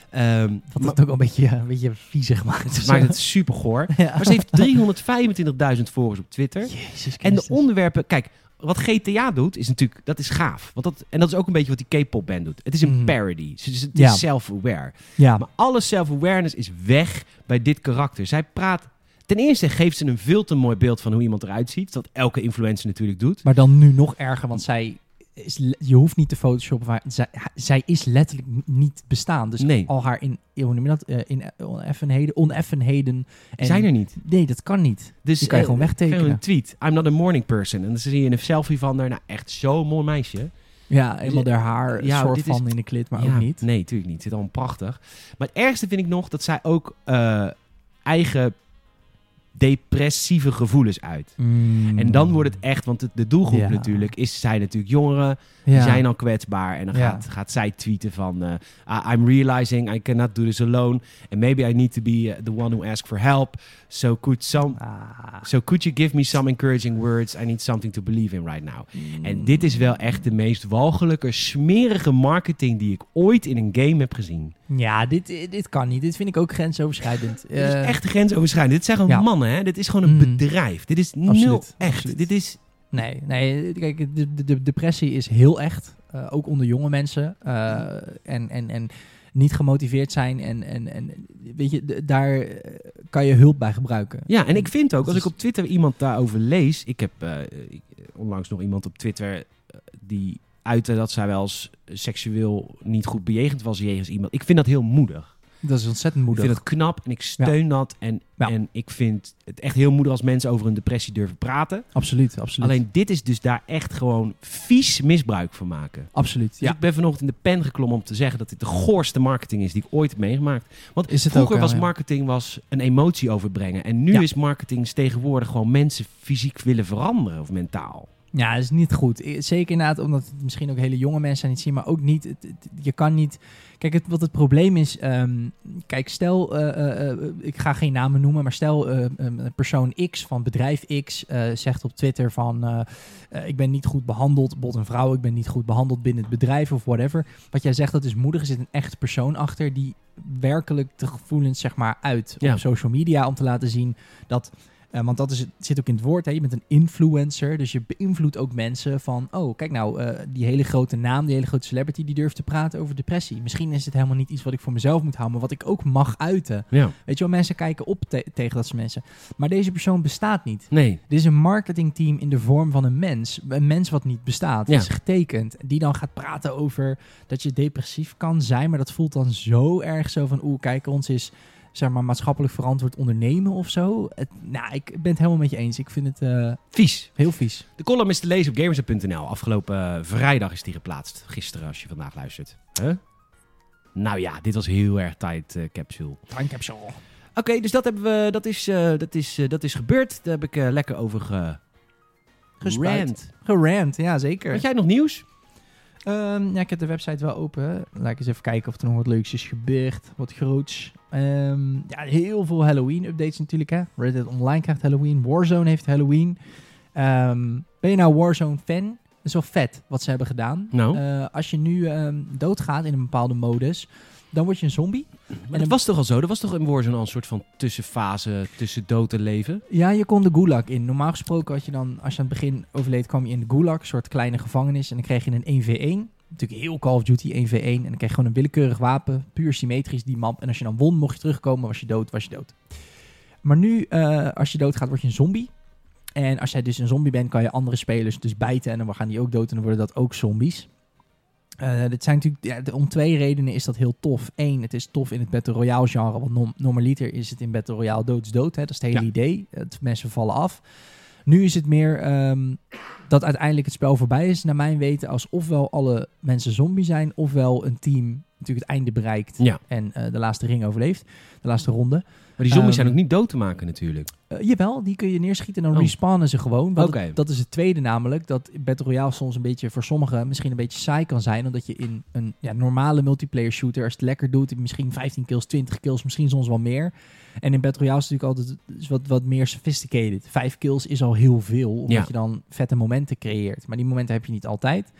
[SPEAKER 2] Ehm
[SPEAKER 1] Wat
[SPEAKER 2] ma-
[SPEAKER 1] het ook wel een beetje, een beetje viezig maakt.
[SPEAKER 2] het
[SPEAKER 1] (laughs)
[SPEAKER 2] maakt het super goor.
[SPEAKER 1] Ja.
[SPEAKER 2] Maar ze heeft 325.000 volgers op Twitter.
[SPEAKER 1] Jezus
[SPEAKER 2] En de
[SPEAKER 1] Christus.
[SPEAKER 2] onderwerpen, kijk, wat GTA doet is natuurlijk, dat is gaaf. Want dat, en dat is ook een beetje wat die K-pop band doet. Het is een
[SPEAKER 1] Mhm.
[SPEAKER 2] parody. Dus het is
[SPEAKER 1] Ja.
[SPEAKER 2] self-aware.
[SPEAKER 1] Ja,
[SPEAKER 2] Ah, Maar alle self-awareness is weg bij dit karakter. Zij praat. Ten eerste geeft ze een veel te mooi beeld van hoe iemand eruit ziet. Dat elke influencer natuurlijk doet.
[SPEAKER 1] maar dan nu nog erger, want zij... Is, le- je hoeft niet te photoshoppen. Maar zij, ha- zij is letterlijk n- niet bestaan. Dus
[SPEAKER 2] Nee.
[SPEAKER 1] al haar in, hoe noem je dat, Eh, in oneffenheden, oneffenheden. En
[SPEAKER 2] Zijn er niet.
[SPEAKER 1] Nee, dat kan niet.
[SPEAKER 2] Dus
[SPEAKER 1] Die kan je
[SPEAKER 2] eh,
[SPEAKER 1] gewoon wegtekenen.
[SPEAKER 2] gewoon een tweet. I'm not a morning person. En dan zie je een selfie van haar. Nou, echt zo'n mooi meisje.
[SPEAKER 1] Ja, eenmaal haar haar een
[SPEAKER 2] Ja,
[SPEAKER 1] soort
[SPEAKER 2] dit is-
[SPEAKER 1] van in de klit, maar
[SPEAKER 2] Ja,
[SPEAKER 1] ook niet.
[SPEAKER 2] Nee, natuurlijk niet. Het is allemaal prachtig. Maar het ergste vind ik nog dat zij ook eh, eigen depressieve gevoelens uit.
[SPEAKER 1] Mm.
[SPEAKER 2] En dan wordt het echt, want de, de doelgroep
[SPEAKER 1] Ja.
[SPEAKER 2] natuurlijk is zij natuurlijk jongeren. Die
[SPEAKER 1] Ja.
[SPEAKER 2] zijn al kwetsbaar. En dan
[SPEAKER 1] Ja.
[SPEAKER 2] gaat, gaat zij tweeten van... eh, "I- I'm realizing I cannot do this alone. And maybe I need to be eh, the one who asks for help. So could, some,
[SPEAKER 1] Ah.
[SPEAKER 2] so could you give me some encouraging words? I need something to believe in right now. En dit is wel echt de meest walgelijke, smerige marketing... die ik ooit in een game heb gezien.
[SPEAKER 1] Ja, dit, dit kan niet. Dit vind ik ook grensoverschrijdend.
[SPEAKER 2] dit
[SPEAKER 1] Eh,
[SPEAKER 2] is echt grensoverschrijdend. Dit zijn gewoon
[SPEAKER 1] ja.
[SPEAKER 2] mannen, hè? Dit is gewoon een
[SPEAKER 1] Mhm.
[SPEAKER 2] bedrijf. Dit is nul
[SPEAKER 1] Absoluut,
[SPEAKER 2] echt.
[SPEAKER 1] absoluut.
[SPEAKER 2] Dit is...
[SPEAKER 1] Nee, nee, kijk, de, de, de depressie is heel echt. eh, ook onder jonge mensen. eh, en, en, en niet gemotiveerd zijn. En, en, en weet je, d- daar eh, kan je hulp bij gebruiken.
[SPEAKER 2] Ja, en ik vind ook,
[SPEAKER 1] Dat
[SPEAKER 2] als ik
[SPEAKER 1] is-
[SPEAKER 2] op Twitter iemand daarover lees. Ik heb eh, ik- onlangs nog iemand op Twitter eh, die uitte dat zij wel eens seksueel niet goed bejegend was jegens iemand. Ik vind dat heel moedig.
[SPEAKER 1] Dat is ontzettend
[SPEAKER 2] Ik
[SPEAKER 1] moedig.
[SPEAKER 2] vind dat knap en ik steun dat. En,
[SPEAKER 1] Ja.
[SPEAKER 2] en ik vind het echt heel moedig als mensen over hun depressie durven praten.
[SPEAKER 1] Absoluut, absoluut.
[SPEAKER 2] Alleen dit is dus daar echt gewoon vies misbruik van maken.
[SPEAKER 1] absoluut,
[SPEAKER 2] Dus
[SPEAKER 1] ja.
[SPEAKER 2] ik ben vanochtend in de pen geklommen om te zeggen dat dit de goorste marketing is die ik ooit heb meegemaakt. Want
[SPEAKER 1] Is het
[SPEAKER 2] vroeger
[SPEAKER 1] ook wel,
[SPEAKER 2] was
[SPEAKER 1] ja.
[SPEAKER 2] marketing was een emotie overbrengen. En nu
[SPEAKER 1] Ja.
[SPEAKER 2] is marketing tegenwoordig gewoon mensen fysiek willen veranderen of mentaal.
[SPEAKER 1] Ja, dat is niet goed. I- Zeker inderdaad, omdat het misschien ook hele jonge mensen niet zien, maar ook niet. het- het- je kan niet. Kijk, het, wat het probleem is. ehm, kijk, stel, eh, eh, eh, ik ga geen namen noemen, maar stel eh, een persoon X van bedrijf X eh, zegt op Twitter van eh, eh, ik ben niet goed behandeld, bot een vrouw, ik ben niet goed behandeld binnen het bedrijf of whatever. Wat jij zegt, dat is moedig. Er zit een echt persoon achter die werkelijk de gevoelens zeg maar uit
[SPEAKER 2] Ja.
[SPEAKER 1] op social media om te laten zien dat eh, want dat is, het zit ook in het woord, hè? je bent een influencer. Dus je beïnvloedt ook mensen van... oh, kijk nou, eh, die hele grote naam, die hele grote celebrity... die durft te praten over depressie. Misschien is het helemaal niet iets wat ik voor mezelf moet houden... maar wat ik ook mag uiten.
[SPEAKER 2] Ja.
[SPEAKER 1] Weet je wel, mensen kijken op te- tegen dat soort mensen. Maar deze persoon bestaat niet.
[SPEAKER 2] Nee.
[SPEAKER 1] Dit is een marketingteam in de vorm van een mens. Een mens wat niet bestaat.
[SPEAKER 2] Ja.
[SPEAKER 1] is getekend. Die dan gaat praten over dat je depressief kan zijn. Maar dat voelt dan zo erg zo van... oeh, kijk, ons is zeg maar, maatschappelijk verantwoord ondernemen of zo. Het, nou, ik ben het helemaal met je eens. Ik vind het eh,
[SPEAKER 2] Vies.
[SPEAKER 1] heel vies.
[SPEAKER 2] De column is te lezen op gamers.nl. Afgelopen eh, vrijdag is die geplaatst. Gisteren, als je vandaag luistert. Huh? Nou ja, dit was heel erg tijd eh, capsule.
[SPEAKER 1] Timecapsule.
[SPEAKER 2] Oké, dus dat, hebben we, dat, is, eh, dat, is, eh, dat is gebeurd. Daar heb ik eh, lekker over ge...
[SPEAKER 1] Gespuit.
[SPEAKER 2] gerant.
[SPEAKER 1] Gerant, ja zeker.
[SPEAKER 2] Had jij nog nieuws?
[SPEAKER 1] Ehm, ja, ik heb de website wel open. Laat ik eens even kijken of er nog wat leuks is gebeurd. Wat groots. Ehm, ja, heel veel Halloween-updates natuurlijk. Hè? Red Dead Online krijgt Halloween. Warzone heeft Halloween. Ehm, ben je nou Warzone-fan? Dat is wel vet wat ze hebben gedaan.
[SPEAKER 2] Nou.
[SPEAKER 1] Eh, als je nu ehm, doodgaat in een bepaalde modus... Dan word je een zombie.
[SPEAKER 2] Maar dat was toch al zo? Dat was toch in Warzone al een soort van tussenfase tussen dood en leven?
[SPEAKER 1] Ja, je kon de gulag in. Normaal gesproken had je dan, als je aan het begin overleed, kwam je in de gulag, een soort kleine gevangenis. En dan kreeg je een 1v1. Natuurlijk heel Call of Duty 1v1. En dan kreeg je gewoon een willekeurig wapen, puur symmetrisch die map. En als je dan won, mocht je terugkomen, was je dood, was je dood. Maar nu, eh, als je doodgaat, word je een zombie. En als jij dus een zombie bent, kan je andere spelers dus bijten. En dan gaan die ook dood en dan worden dat ook zombies. Eh dit zijn natuurlijk, ja, de- om twee redenen is dat heel tof. Eén, het is tof in het Battle Royale genre. Want nom- normaliter is het in Battle Royale doodsdood. Hè? Dat is het hele
[SPEAKER 2] Ja.
[SPEAKER 1] idee. Het, mensen vallen af. Nu is het meer ehm, dat uiteindelijk het spel voorbij is, naar mijn weten. Als ofwel alle mensen zombie zijn, ofwel een team natuurlijk het einde bereikt.
[SPEAKER 2] Ja.
[SPEAKER 1] En eh, de laatste ring overleeft. De laatste ronde.
[SPEAKER 2] Maar die zombies
[SPEAKER 1] Ehm,
[SPEAKER 2] zijn ook niet dood te maken natuurlijk.
[SPEAKER 1] Eh, jawel, die kun je neerschieten en dan
[SPEAKER 2] Oh.
[SPEAKER 1] respawnen ze gewoon. Want
[SPEAKER 2] Oké.
[SPEAKER 1] het- dat is het tweede namelijk, dat Battle Royale soms een beetje voor sommigen misschien een beetje saai kan zijn. Omdat je in een ja, normale multiplayer shooter, als je het lekker doet, misschien 15 kills, 20 kills, misschien soms wel meer. En in Battle Royale is het natuurlijk altijd is wat, wat meer sophisticated. Vijf kills is al heel veel, omdat
[SPEAKER 2] Ja.
[SPEAKER 1] je dan vette momenten creëert. Maar die momenten heb je niet altijd.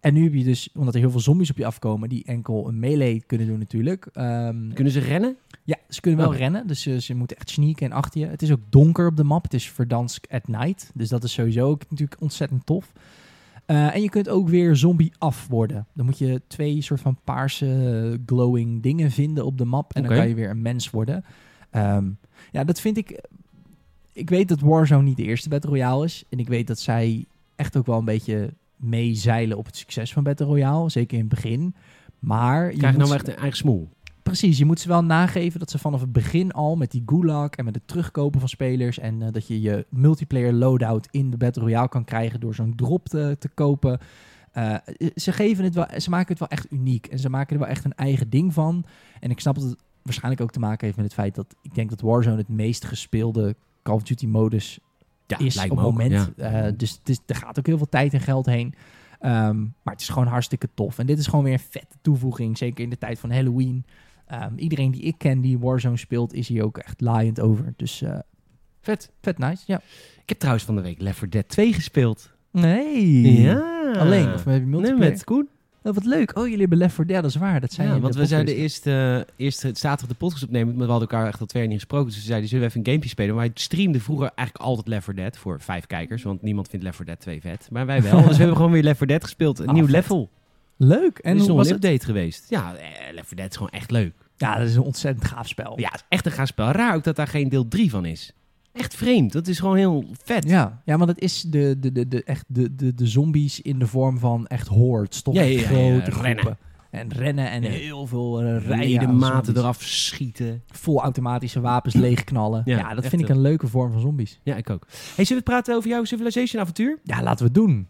[SPEAKER 1] En nu heb je dus, omdat er heel veel zombies op je afkomen, die enkel een melee kunnen doen natuurlijk. ehm,
[SPEAKER 2] Kunnen ze rennen?
[SPEAKER 1] ja, ze kunnen wel
[SPEAKER 2] Oké.
[SPEAKER 1] rennen, dus ze, ze moeten echt sneaken en achter je. Het is ook donker op de map, het is verdansk at night. Dus dat is sowieso ook natuurlijk ontzettend tof. Eh, en je kunt ook weer zombie af worden. Dan moet je twee soort van paarse eh, glowing dingen vinden op de map. En dan
[SPEAKER 2] Oké.
[SPEAKER 1] kan je weer een mens worden. Ehm, ja, dat vind ik... Ik weet dat Warzone niet de eerste Battle Royale is. En ik weet dat zij echt ook wel een beetje meezeilen op het succes van Battle Royale. Zeker in het begin. Maar je
[SPEAKER 2] Krijg je
[SPEAKER 1] moet
[SPEAKER 2] nou echt een eigen smoel?
[SPEAKER 1] Precies, je moet ze wel nageven dat ze vanaf het begin al met die gulag en met het terugkopen van spelers en eh, dat je je multiplayer loadout in de Battle Royale kan krijgen door zo'n drop te, te kopen. Eh, ze, geven het wel, ze maken het wel echt uniek en ze maken er wel echt een eigen ding van. En ik snap dat het waarschijnlijk ook te maken heeft met het feit dat ik denk dat Warzone het meest gespeelde Call of Duty modus
[SPEAKER 2] Ja,
[SPEAKER 1] is op het
[SPEAKER 2] ook,
[SPEAKER 1] moment.
[SPEAKER 2] ja.
[SPEAKER 1] Eh, dus het is, er gaat ook heel veel tijd en geld heen. Ehm, maar het is gewoon hartstikke tof. En dit is gewoon weer een vette toevoeging. Zeker in de tijd van Halloween. Ehm, iedereen die ik ken die Warzone speelt, is hier ook echt laaiend over. Dus eh,
[SPEAKER 2] Vet.
[SPEAKER 1] vet nice. Ja.
[SPEAKER 2] Ik heb trouwens van de week Left 4 Dead 2 gespeeld.
[SPEAKER 1] Nee.
[SPEAKER 2] Ja.
[SPEAKER 1] Alleen. Of heb je
[SPEAKER 2] Nee,
[SPEAKER 1] multiplayer?
[SPEAKER 2] met Koen.
[SPEAKER 1] Oh, wat leuk. Oh, jullie hebben Left 4 Dead. Dat is waar. Dat zijn
[SPEAKER 2] Ja,
[SPEAKER 1] jullie
[SPEAKER 2] want
[SPEAKER 1] in
[SPEAKER 2] we zijn de
[SPEAKER 1] podcast.
[SPEAKER 2] eerste, eh, eerste zaterdag de podcast opnemen, maar we hadden elkaar echt al twee jaar niet gesproken. Dus we zeiden, zullen we even een gamepje spelen? Maar wij streamden vroeger eigenlijk altijd Left 4 Dead voor vijf kijkers, want niemand vindt Left 4 Dead 2 vet. Maar wij
[SPEAKER 1] (laughs)
[SPEAKER 2] wel. dus we hebben gewoon weer Left 4 Dead gespeeld. Een
[SPEAKER 1] Ah,
[SPEAKER 2] nieuw
[SPEAKER 1] vet.
[SPEAKER 2] level.
[SPEAKER 1] Leuk.
[SPEAKER 2] En er
[SPEAKER 1] En
[SPEAKER 2] is
[SPEAKER 1] hoe
[SPEAKER 2] nog
[SPEAKER 1] was
[SPEAKER 2] een
[SPEAKER 1] het?
[SPEAKER 2] update geweest. Ja, eh, Left 4 Dead is gewoon echt leuk.
[SPEAKER 1] Ja, dat is een ontzettend gaaf spel.
[SPEAKER 2] Ja, het is echt een gaaf spel. Raar ook dat daar geen deel 3 van is. Echt vreemd. Dat is gewoon heel vet.
[SPEAKER 1] Ja, ja, want het is de, de, de, de, echt de, de, de zombies in de vorm van echt hordes. Toch
[SPEAKER 2] Ja,
[SPEAKER 1] echt
[SPEAKER 2] ja, ja, ja,
[SPEAKER 1] grote
[SPEAKER 2] rennen.
[SPEAKER 1] groepen. En rennen en
[SPEAKER 2] Ja.
[SPEAKER 1] heel veel eh, rijden. aan
[SPEAKER 2] Rijden, maten
[SPEAKER 1] zombies.
[SPEAKER 2] eraf schieten.
[SPEAKER 1] Vol automatische wapens leegknallen.
[SPEAKER 2] Ja,
[SPEAKER 1] Ja, dat
[SPEAKER 2] echt
[SPEAKER 1] vind ik
[SPEAKER 2] wel.
[SPEAKER 1] een leuke vorm van zombies.
[SPEAKER 2] Ja, ik ook. Hey, zullen we het praten over jouw Civilization avontuur?
[SPEAKER 1] Ja, laten we het doen.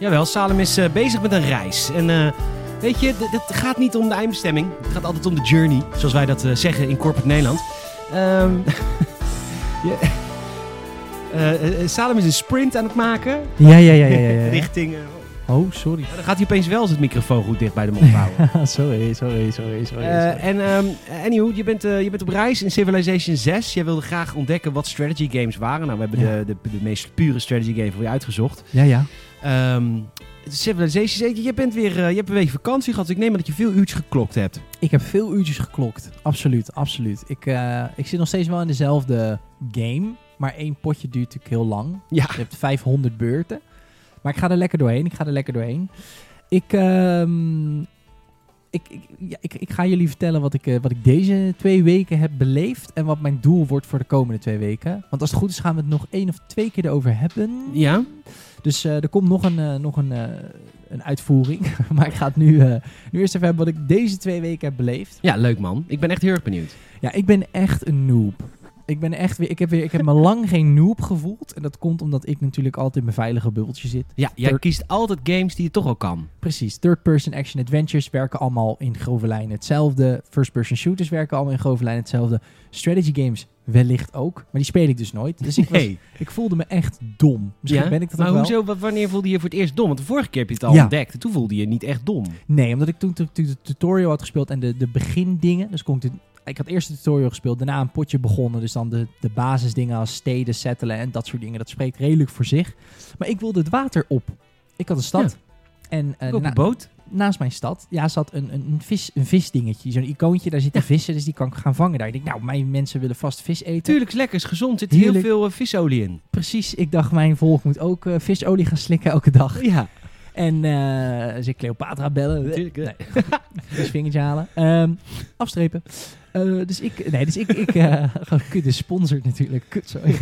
[SPEAKER 2] Jawel, Salem is eh, bezig met een reis. En eh, weet je, d- het gaat niet om de eindbestemming. Het gaat altijd om de journey, zoals wij dat eh, zeggen in corporate Nederland. Ehm, (laughs) je- (laughs) Eh, eh, Salem is een sprint aan het maken.
[SPEAKER 1] Ja, ja, ja,
[SPEAKER 2] (laughs)
[SPEAKER 1] ja.
[SPEAKER 2] Richting... eh,
[SPEAKER 1] Oh, sorry. (laughs)
[SPEAKER 2] dan gaat hij opeens wel zijn microfoon goed dicht bij de mond houden.
[SPEAKER 1] Oh, sorry, sorry, sorry, sorry.
[SPEAKER 2] Eh, en ehm anyhow, je bent, eh, je bent op reis in Civilization 6. Jij wilde graag ontdekken wat strategy games waren. Nou, we hebben
[SPEAKER 1] Ja.
[SPEAKER 2] de, de, de meest pure strategy game voor je uitgezocht.
[SPEAKER 1] Ja, ja.
[SPEAKER 2] Ehm Civilization, zeker. Je bent weer, eh, je hebt een week vakantie gehad. Dus ik neem aan dat je veel uurtjes geklokt hebt.
[SPEAKER 1] Ik heb veel uurtjes geklokt. Absoluut, absoluut. Ik, eh, ik zit nog steeds wel in dezelfde game. Maar één potje duurt natuurlijk heel lang.
[SPEAKER 2] Ja.
[SPEAKER 1] Je hebt 500 beurten. Maar ik ga er lekker doorheen. Ik ga er lekker doorheen. Ik, ehm, ik, ik, ja, ik, ik ga jullie vertellen wat ik, eh, wat ik deze twee weken heb beleefd. En wat mijn doel wordt voor de komende twee weken. Want als het goed is gaan we het nog één of twee keer erover hebben.
[SPEAKER 2] Ja.
[SPEAKER 1] Dus eh, er komt nog een, eh, nog een, eh, een uitvoering. (laughs) maar ik ga het nu, eh, nu eerst even hebben wat ik deze twee weken heb beleefd.
[SPEAKER 2] Ja, leuk man. Ik ben echt heel erg benieuwd.
[SPEAKER 1] Ja, ik ben echt een noob. Ik ben echt weer, ik heb weer, ik heb me lang geen noob gevoeld. En dat komt omdat ik natuurlijk altijd in mijn veilige bubbeltje zit.
[SPEAKER 2] Ja, jij
[SPEAKER 1] Ter-
[SPEAKER 2] kiest altijd games die je toch al kan.
[SPEAKER 1] Precies, third-person action adventures werken allemaal in grove lijnen hetzelfde. First-person shooters werken allemaal in grove lijnen hetzelfde. Strategy games wellicht ook, maar die speel ik dus nooit. Dus ik, was- ik voelde me echt dom. Misschien
[SPEAKER 2] Ja?
[SPEAKER 1] ben ik dat
[SPEAKER 2] maar
[SPEAKER 1] ook wel.
[SPEAKER 2] hoezo, wa- wanneer voelde je je voor het eerst dom? Want de vorige keer heb je het al
[SPEAKER 1] Ja. Eh,
[SPEAKER 2] ontdekt. Toen voelde je je niet echt dom.
[SPEAKER 1] Nee, omdat ik toen natuurlijk de tutorial had gespeeld en de, de begindingen. Dus kon ik de ik had eerst de tutorial gespeeld, daarna een potje begonnen. Dus dan de, de basisdingen als steden settelen en dat soort dingen. Dat spreekt redelijk voor zich. Maar ik wilde het water op. Ik had een stad. En eh,
[SPEAKER 2] Ik Ook
[SPEAKER 1] na-
[SPEAKER 2] een boot.
[SPEAKER 1] naast mijn stad ja, zat een, een, een vis, een visdingetje. Zo'n icoontje, daar zitten vissen, dus die kan ik gaan vangen. Daar. Ik denk, nou, mijn mensen willen vast vis eten.
[SPEAKER 2] Tuurlijk, is lekker, is gezond. Zit heel
[SPEAKER 1] Heerlijk.
[SPEAKER 2] veel eh, visolie in.
[SPEAKER 1] Precies, ik dacht, mijn volk moet ook eh, visolie gaan slikken elke dag.
[SPEAKER 2] Ja,
[SPEAKER 1] En eh dus ik Cleopatra bellen.
[SPEAKER 2] natuurlijk. hè.
[SPEAKER 1] Nee. (laughs) Dus vingertje halen. Ehm, afstrepen. Eh, dus ik, nee, dus ik, ik eh, (laughs) gewoon kut, de sponsor natuurlijk. Kut, sorry.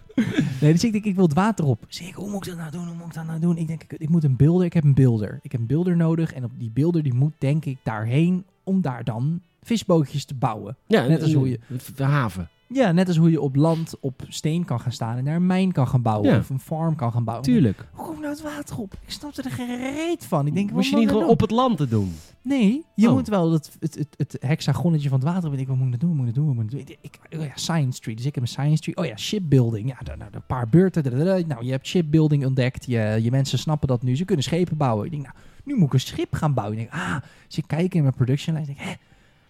[SPEAKER 1] (laughs) nee, dus ik denk, ik wil het water op. Dus ik, hoe moet ik dat nou doen? Hoe moet ik dat nou doen? Ik denk, kut, ik moet een beelder. Ik heb een beelder. Ik heb een beelder nodig. En op die beelder, die moet denk ik daarheen om daar dan visbootjes te bouwen.
[SPEAKER 2] Ja, eh,
[SPEAKER 1] Net als
[SPEAKER 2] een-
[SPEAKER 1] hoe je-
[SPEAKER 2] een v- haven.
[SPEAKER 1] Ja, net als hoe je op land op steen kan gaan staan en daar een mijn kan gaan bouwen.
[SPEAKER 2] Ja.
[SPEAKER 1] Of een farm kan gaan bouwen.
[SPEAKER 2] Tuurlijk.
[SPEAKER 1] Hoe komt nou het water op? Ik snapte er geen reet van. Ik denk, wat
[SPEAKER 2] Moest je
[SPEAKER 1] moet
[SPEAKER 2] niet
[SPEAKER 1] ik
[SPEAKER 2] gewoon
[SPEAKER 1] doen?
[SPEAKER 2] op het land te doen?
[SPEAKER 1] Nee, je
[SPEAKER 2] Oh.
[SPEAKER 1] moet wel dat, het, het, het hexagonnetje van het water. Weet ik, wat moet ik dat doen? Wat moet ik dat doen? Wat moet ik, doen? Ik- ik- oh ja, Science Street. Dus ik heb een Science Street. Oh ja, shipbuilding. Ja, dan- nou, een paar beurten. dadadada. Nou, je hebt shipbuilding ontdekt. Je, je mensen snappen dat nu. Ze kunnen schepen bouwen. Ik denk, nou, nu moet ik een schip gaan bouwen. Ik denk, ah, dus ik kijk in mijn production line. Ik denk, hè,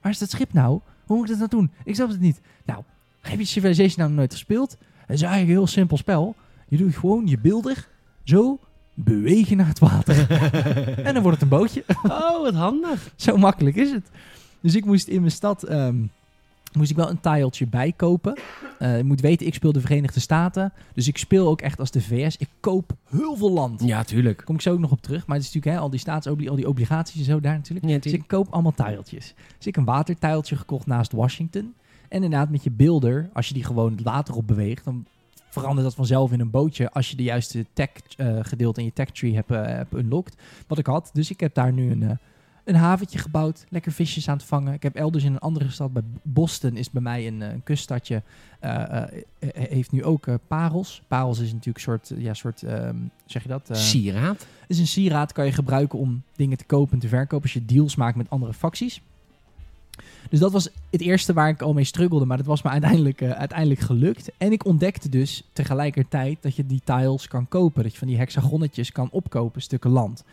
[SPEAKER 1] waar is dat schip nou? Hoe moet ik dat nou doen? Ik snap het niet. Nou, heb je Civilization nou nog nooit gespeeld? Het is eigenlijk een heel simpel spel. Je doet gewoon je beelder zo bewegen naar het water. en dan wordt het een bootje.
[SPEAKER 2] (laughs) Oh, wat handig.
[SPEAKER 1] (laughs) Zo makkelijk is het. Dus ik moest in mijn stad ehm, moest ik wel een tieltje bijkopen. Eh je moet weten, ik speel de Verenigde Staten. Dus ik speel ook echt als de VS. Ik koop heel veel land. Daar
[SPEAKER 2] Ja, tuurlijk.
[SPEAKER 1] kom ik zo ook nog op terug. Maar het is natuurlijk hè, al die staatsobli- al die obligaties en zo daar natuurlijk.
[SPEAKER 2] Ja,
[SPEAKER 1] Dus ik koop allemaal tieltjes. Dus ik heb een watertieltje gekocht naast Washington. En inderdaad met je beelder, als je die gewoon het water op beweegt... dan verandert dat vanzelf in een bootje... als je de juiste tech eh, gedeelte in je tech tree hebt, eh, hebt unlocked. Wat ik had. Dus ik heb daar nu een, eh, een haventje gebouwd. Lekker visjes aan het vangen. Ik heb elders in een andere stad, bij Boston... is bij mij een, eh, een kuststadje. eh, eh, eh, heeft nu ook eh, parels. Parels is natuurlijk een soort... eh, ja, soort ehm, zeg je dat? Eh,
[SPEAKER 2] Sieraad.
[SPEAKER 1] is een sieraad, kan je gebruiken om dingen te kopen en te verkopen als je deals maakt met andere facties. Dus dat was het eerste waar ik al mee struggelde, maar dat was me uiteindelijk, eh, uiteindelijk gelukt. En ik ontdekte dus tegelijkertijd dat je die tiles kan kopen, dat je van die hexagonnetjes kan opkopen, stukken land.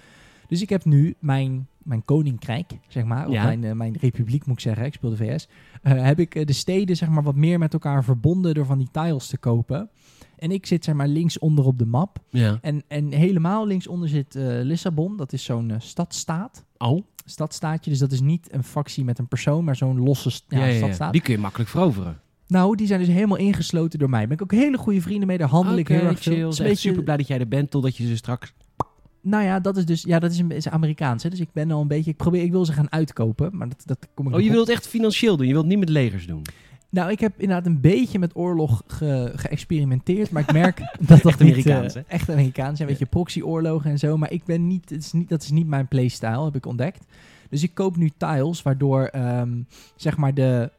[SPEAKER 1] Dus ik heb nu mijn, mijn koninkrijk, zeg maar, of
[SPEAKER 2] Ja.
[SPEAKER 1] mijn, eh, mijn republiek moet ik zeggen, ik speel de VS, eh, heb ik eh, de steden zeg maar wat meer met elkaar verbonden door van die tiles te kopen. En ik zit zeg maar links onder op de map.
[SPEAKER 2] Ja.
[SPEAKER 1] En, en helemaal linksonder zit eh, Lissabon. Dat is zo'n eh, stadstaat.
[SPEAKER 2] Oh,
[SPEAKER 1] Stadstaatje. Dus dat is niet een factie met een persoon, maar zo'n losse st- ja,
[SPEAKER 2] ja, ja, ja.
[SPEAKER 1] stadstaat.
[SPEAKER 2] Die kun je makkelijk veroveren.
[SPEAKER 1] Nou, die zijn dus helemaal ingesloten door mij. Daar Ben ik ook hele goede vrienden mee. Daar handel ik
[SPEAKER 2] Oké,
[SPEAKER 1] heel erg veel.
[SPEAKER 2] chill.
[SPEAKER 1] Het is een
[SPEAKER 2] Echt
[SPEAKER 1] beetje-
[SPEAKER 2] super blij dat jij er bent, totdat je ze straks...
[SPEAKER 1] Nou ja, dat is dus. Ja, dat is, een, is Amerikaans. Hè? Dus ik ben al een beetje. Ik, probeer, ik wil ze gaan uitkopen. Maar dat, dat kom ik
[SPEAKER 2] Oh,
[SPEAKER 1] nog
[SPEAKER 2] je
[SPEAKER 1] op.
[SPEAKER 2] wilt het echt financieel doen. Je wilt het niet met legers doen.
[SPEAKER 1] Nou, ik heb inderdaad een beetje met oorlog ge- geëxperimenteerd, maar ik
[SPEAKER 2] (laughs)
[SPEAKER 1] merk dat dat
[SPEAKER 2] Echt
[SPEAKER 1] niet,
[SPEAKER 2] Amerikaans,
[SPEAKER 1] eh,
[SPEAKER 2] hè?
[SPEAKER 1] echt Amerikaans, ja, een beetje proxyoorlogen en zo. Maar ik ben niet, het is niet, dat is niet mijn playstyle, heb ik ontdekt. Dus ik koop nu tiles, waardoor ehm, zeg maar de,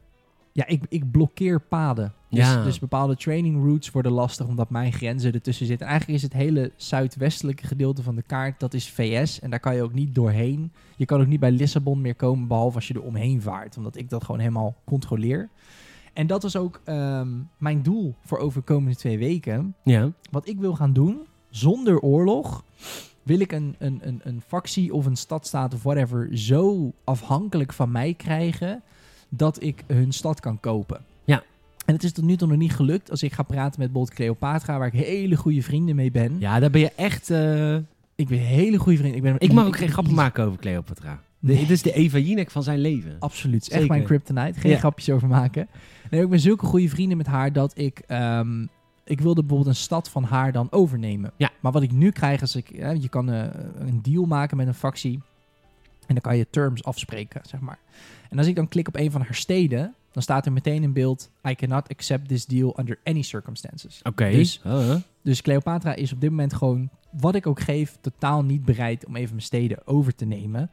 [SPEAKER 1] ja, ik, ik blokkeer paden. Dus,
[SPEAKER 2] Ja.
[SPEAKER 1] dus bepaalde training routes worden lastig omdat mijn grenzen ertussen zitten. En eigenlijk is het hele zuidwestelijke gedeelte van de kaart, dat is VS. En daar kan je ook niet doorheen. Je kan ook niet bij Lissabon meer komen, behalve als je er omheen vaart. Omdat ik dat gewoon helemaal controleer. En dat was ook ehm, mijn doel voor over de komende twee weken.
[SPEAKER 2] Ja.
[SPEAKER 1] Wat ik wil gaan doen, zonder oorlog, wil ik een, een, een, een factie of een stadstaat of whatever zo afhankelijk van mij krijgen dat ik hun stad kan kopen.
[SPEAKER 2] Ja.
[SPEAKER 1] En het is tot nu toe nog niet gelukt als ik ga praten met bijvoorbeeld Cleopatra, waar ik hele goede vrienden mee ben.
[SPEAKER 2] Ja, daar ben je echt... eh,
[SPEAKER 1] Ik ben hele goede vrienden. Ik, ben,
[SPEAKER 2] Ik mag ook
[SPEAKER 1] ben
[SPEAKER 2] geen grappen
[SPEAKER 1] lief-
[SPEAKER 2] maken over Cleopatra.
[SPEAKER 1] Nee.
[SPEAKER 2] Dit is de Eva Jinek van zijn leven.
[SPEAKER 1] Absoluut. Het is
[SPEAKER 2] eh, Zeker.
[SPEAKER 1] echt mijn kryptonite. Geen
[SPEAKER 2] Ja.
[SPEAKER 1] grapjes over maken. Nee, ik ben zulke goede vrienden met haar dat ik... ehm, ik wilde bijvoorbeeld een stad van haar dan overnemen.
[SPEAKER 2] Ja.
[SPEAKER 1] Maar wat ik nu krijg is... Ik, hè, je kan eh, een deal maken met een factie. En dan kan je terms afspreken, zeg maar. En als ik dan klik op een van haar steden... dan staat er meteen in beeld... I cannot accept this deal under any circumstances.
[SPEAKER 2] Oké. Oh,
[SPEAKER 1] Dus-
[SPEAKER 2] Huh?
[SPEAKER 1] Dus Cleopatra is op dit moment gewoon, wat ik ook geef, totaal niet bereid om even mijn steden over te nemen.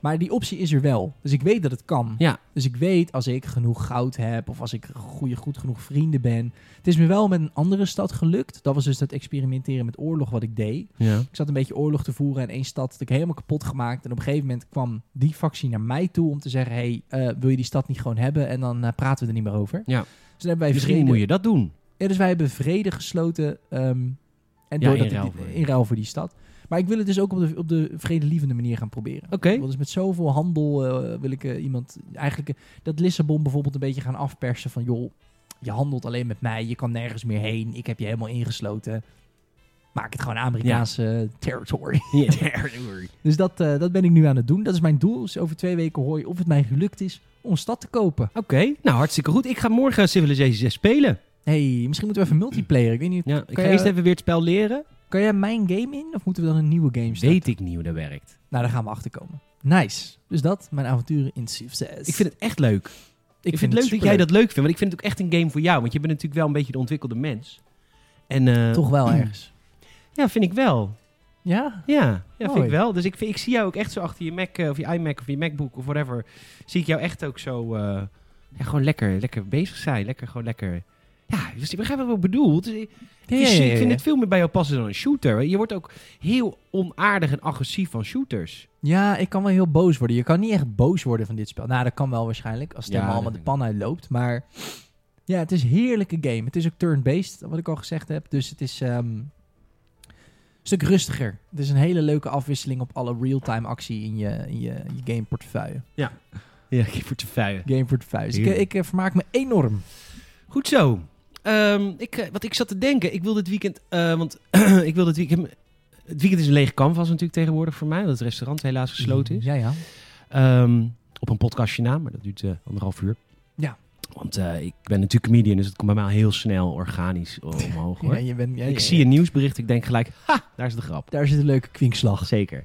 [SPEAKER 1] Maar die optie is er wel. Dus ik weet dat het kan.
[SPEAKER 2] Ja.
[SPEAKER 1] Dus ik weet als ik genoeg goud heb of als ik goede, goed genoeg vrienden ben. Het is me wel met een andere stad gelukt. Dat was dus dat experimenteren met oorlog wat ik deed.
[SPEAKER 2] Ja.
[SPEAKER 1] Ik zat een beetje oorlog te voeren en één stad had ik helemaal kapot gemaakt. En op een gegeven moment kwam die factie naar mij toe om te zeggen... hey, eh, wil je die stad niet gewoon hebben? En dan eh, praten we er niet meer over.
[SPEAKER 2] Ja.
[SPEAKER 1] Dus dan hebben wij
[SPEAKER 2] Misschien
[SPEAKER 1] vrede-
[SPEAKER 2] moet je dat doen.
[SPEAKER 1] ja, dus wij hebben vrede gesloten. ehm, en En
[SPEAKER 2] Ja,
[SPEAKER 1] doordat
[SPEAKER 2] in
[SPEAKER 1] ik
[SPEAKER 2] ruil
[SPEAKER 1] die-
[SPEAKER 2] voor.
[SPEAKER 1] in ruil voor die stad. Maar ik wil het dus ook op de, op de vredelievende manier gaan proberen.
[SPEAKER 2] Oké. (laughs)
[SPEAKER 1] Ik wil dus met zoveel handel eh, wil ik eh, iemand eigenlijk eh, dat Lissabon bijvoorbeeld een beetje gaan afpersen van joh, je handelt alleen met mij, je kan nergens meer heen, ik heb je helemaal ingesloten. Maak het gewoon Amerikaanse territory. (laughs) Dus dat, eh, dat ben ik nu aan het doen. Dat is mijn doel. Dus over twee weken hoor je of het mij gelukt is om een stad te kopen.
[SPEAKER 2] Oké, nou hartstikke goed. Ik ga morgen Civilization 6 spelen.
[SPEAKER 1] hey, misschien moeten we even multiplayer. Ik weet niet,
[SPEAKER 2] Ja, ik
[SPEAKER 1] Kan
[SPEAKER 2] ga
[SPEAKER 1] je-
[SPEAKER 2] eerst even weer het spel leren.
[SPEAKER 1] kan jij mijn game in of moeten we dan een nieuwe game starten?
[SPEAKER 2] Weet ik niet hoe dat werkt.
[SPEAKER 1] Nou, daar gaan we achter komen. Nice. Dus dat, mijn avonturen in Civ 6.
[SPEAKER 2] Ik vind het echt leuk. Ik, vind, het leuk dat jij
[SPEAKER 1] superleuk.
[SPEAKER 2] dat leuk vindt, want ik vind het ook echt een game voor jou. Want je bent natuurlijk wel een beetje de ontwikkelde mens. En eh,
[SPEAKER 1] toch wel ergens.
[SPEAKER 2] ja, vind ik wel.
[SPEAKER 1] Ja?
[SPEAKER 2] Ja, ja vind
[SPEAKER 1] Mooi.
[SPEAKER 2] ik wel. Dus ik, vind- ik zie jou ook echt zo achter je Mac eh, of je iMac of je MacBook of whatever. Zie ik jou echt ook zo eh, ja, gewoon lekker, lekker bezig zijn. Lekker, gewoon lekker. Ja, dus ik begrijp wat ik bedoel. Het is- ik,
[SPEAKER 1] Ja, ja,
[SPEAKER 2] zie-
[SPEAKER 1] ja,
[SPEAKER 2] ik vind
[SPEAKER 1] ja.
[SPEAKER 2] het veel meer bij jou passen dan een shooter. Je wordt ook heel onaardig en agressief van shooters.
[SPEAKER 1] Ja, ik kan wel heel boos worden. Je kan niet echt boos worden van dit spel. Nou, dat kan wel waarschijnlijk als het
[SPEAKER 2] Ja,
[SPEAKER 1] helemaal
[SPEAKER 2] dat
[SPEAKER 1] allemaal de
[SPEAKER 2] denk
[SPEAKER 1] pan uitloopt. Maar ja, het is een heerlijke game. Het is ook turn-based, wat ik al gezegd heb. Dus het is ehm, een stuk rustiger. Het is een hele leuke afwisseling op alle real-time actie in je, in je, je gameportefeuille.
[SPEAKER 2] Ja, ik word te vuien.
[SPEAKER 1] Gameportefeuille. Dus ik,
[SPEAKER 2] Heerlijk.
[SPEAKER 1] ik eh, vermaak me enorm.
[SPEAKER 2] Goed zo. Ehm, ik, eh, wat ik zat te denken, ik wil dit weekend, eh, want (clears throat) ik wil dit weekend, het weekend is een leeg canvas natuurlijk tegenwoordig voor mij, omdat het restaurant helaas gesloten is.
[SPEAKER 1] Ja, ja. Mhm.
[SPEAKER 2] Ehm, op een podcastje na, maar dat duurt eh, anderhalf uur.
[SPEAKER 1] Ja.
[SPEAKER 2] Want eh, ik ben natuurlijk comedian, dus het komt bij mij al heel snel
[SPEAKER 1] (laughs)
[SPEAKER 2] organisch o- omhoog hoor.
[SPEAKER 1] Ja, je bent, ja,
[SPEAKER 2] ik
[SPEAKER 1] ja,
[SPEAKER 2] zie
[SPEAKER 1] ja.
[SPEAKER 2] een nieuwsbericht, ik denk gelijk, ha, daar is de grap.
[SPEAKER 1] Daar zit een leuke kwinkslag.
[SPEAKER 2] Zeker.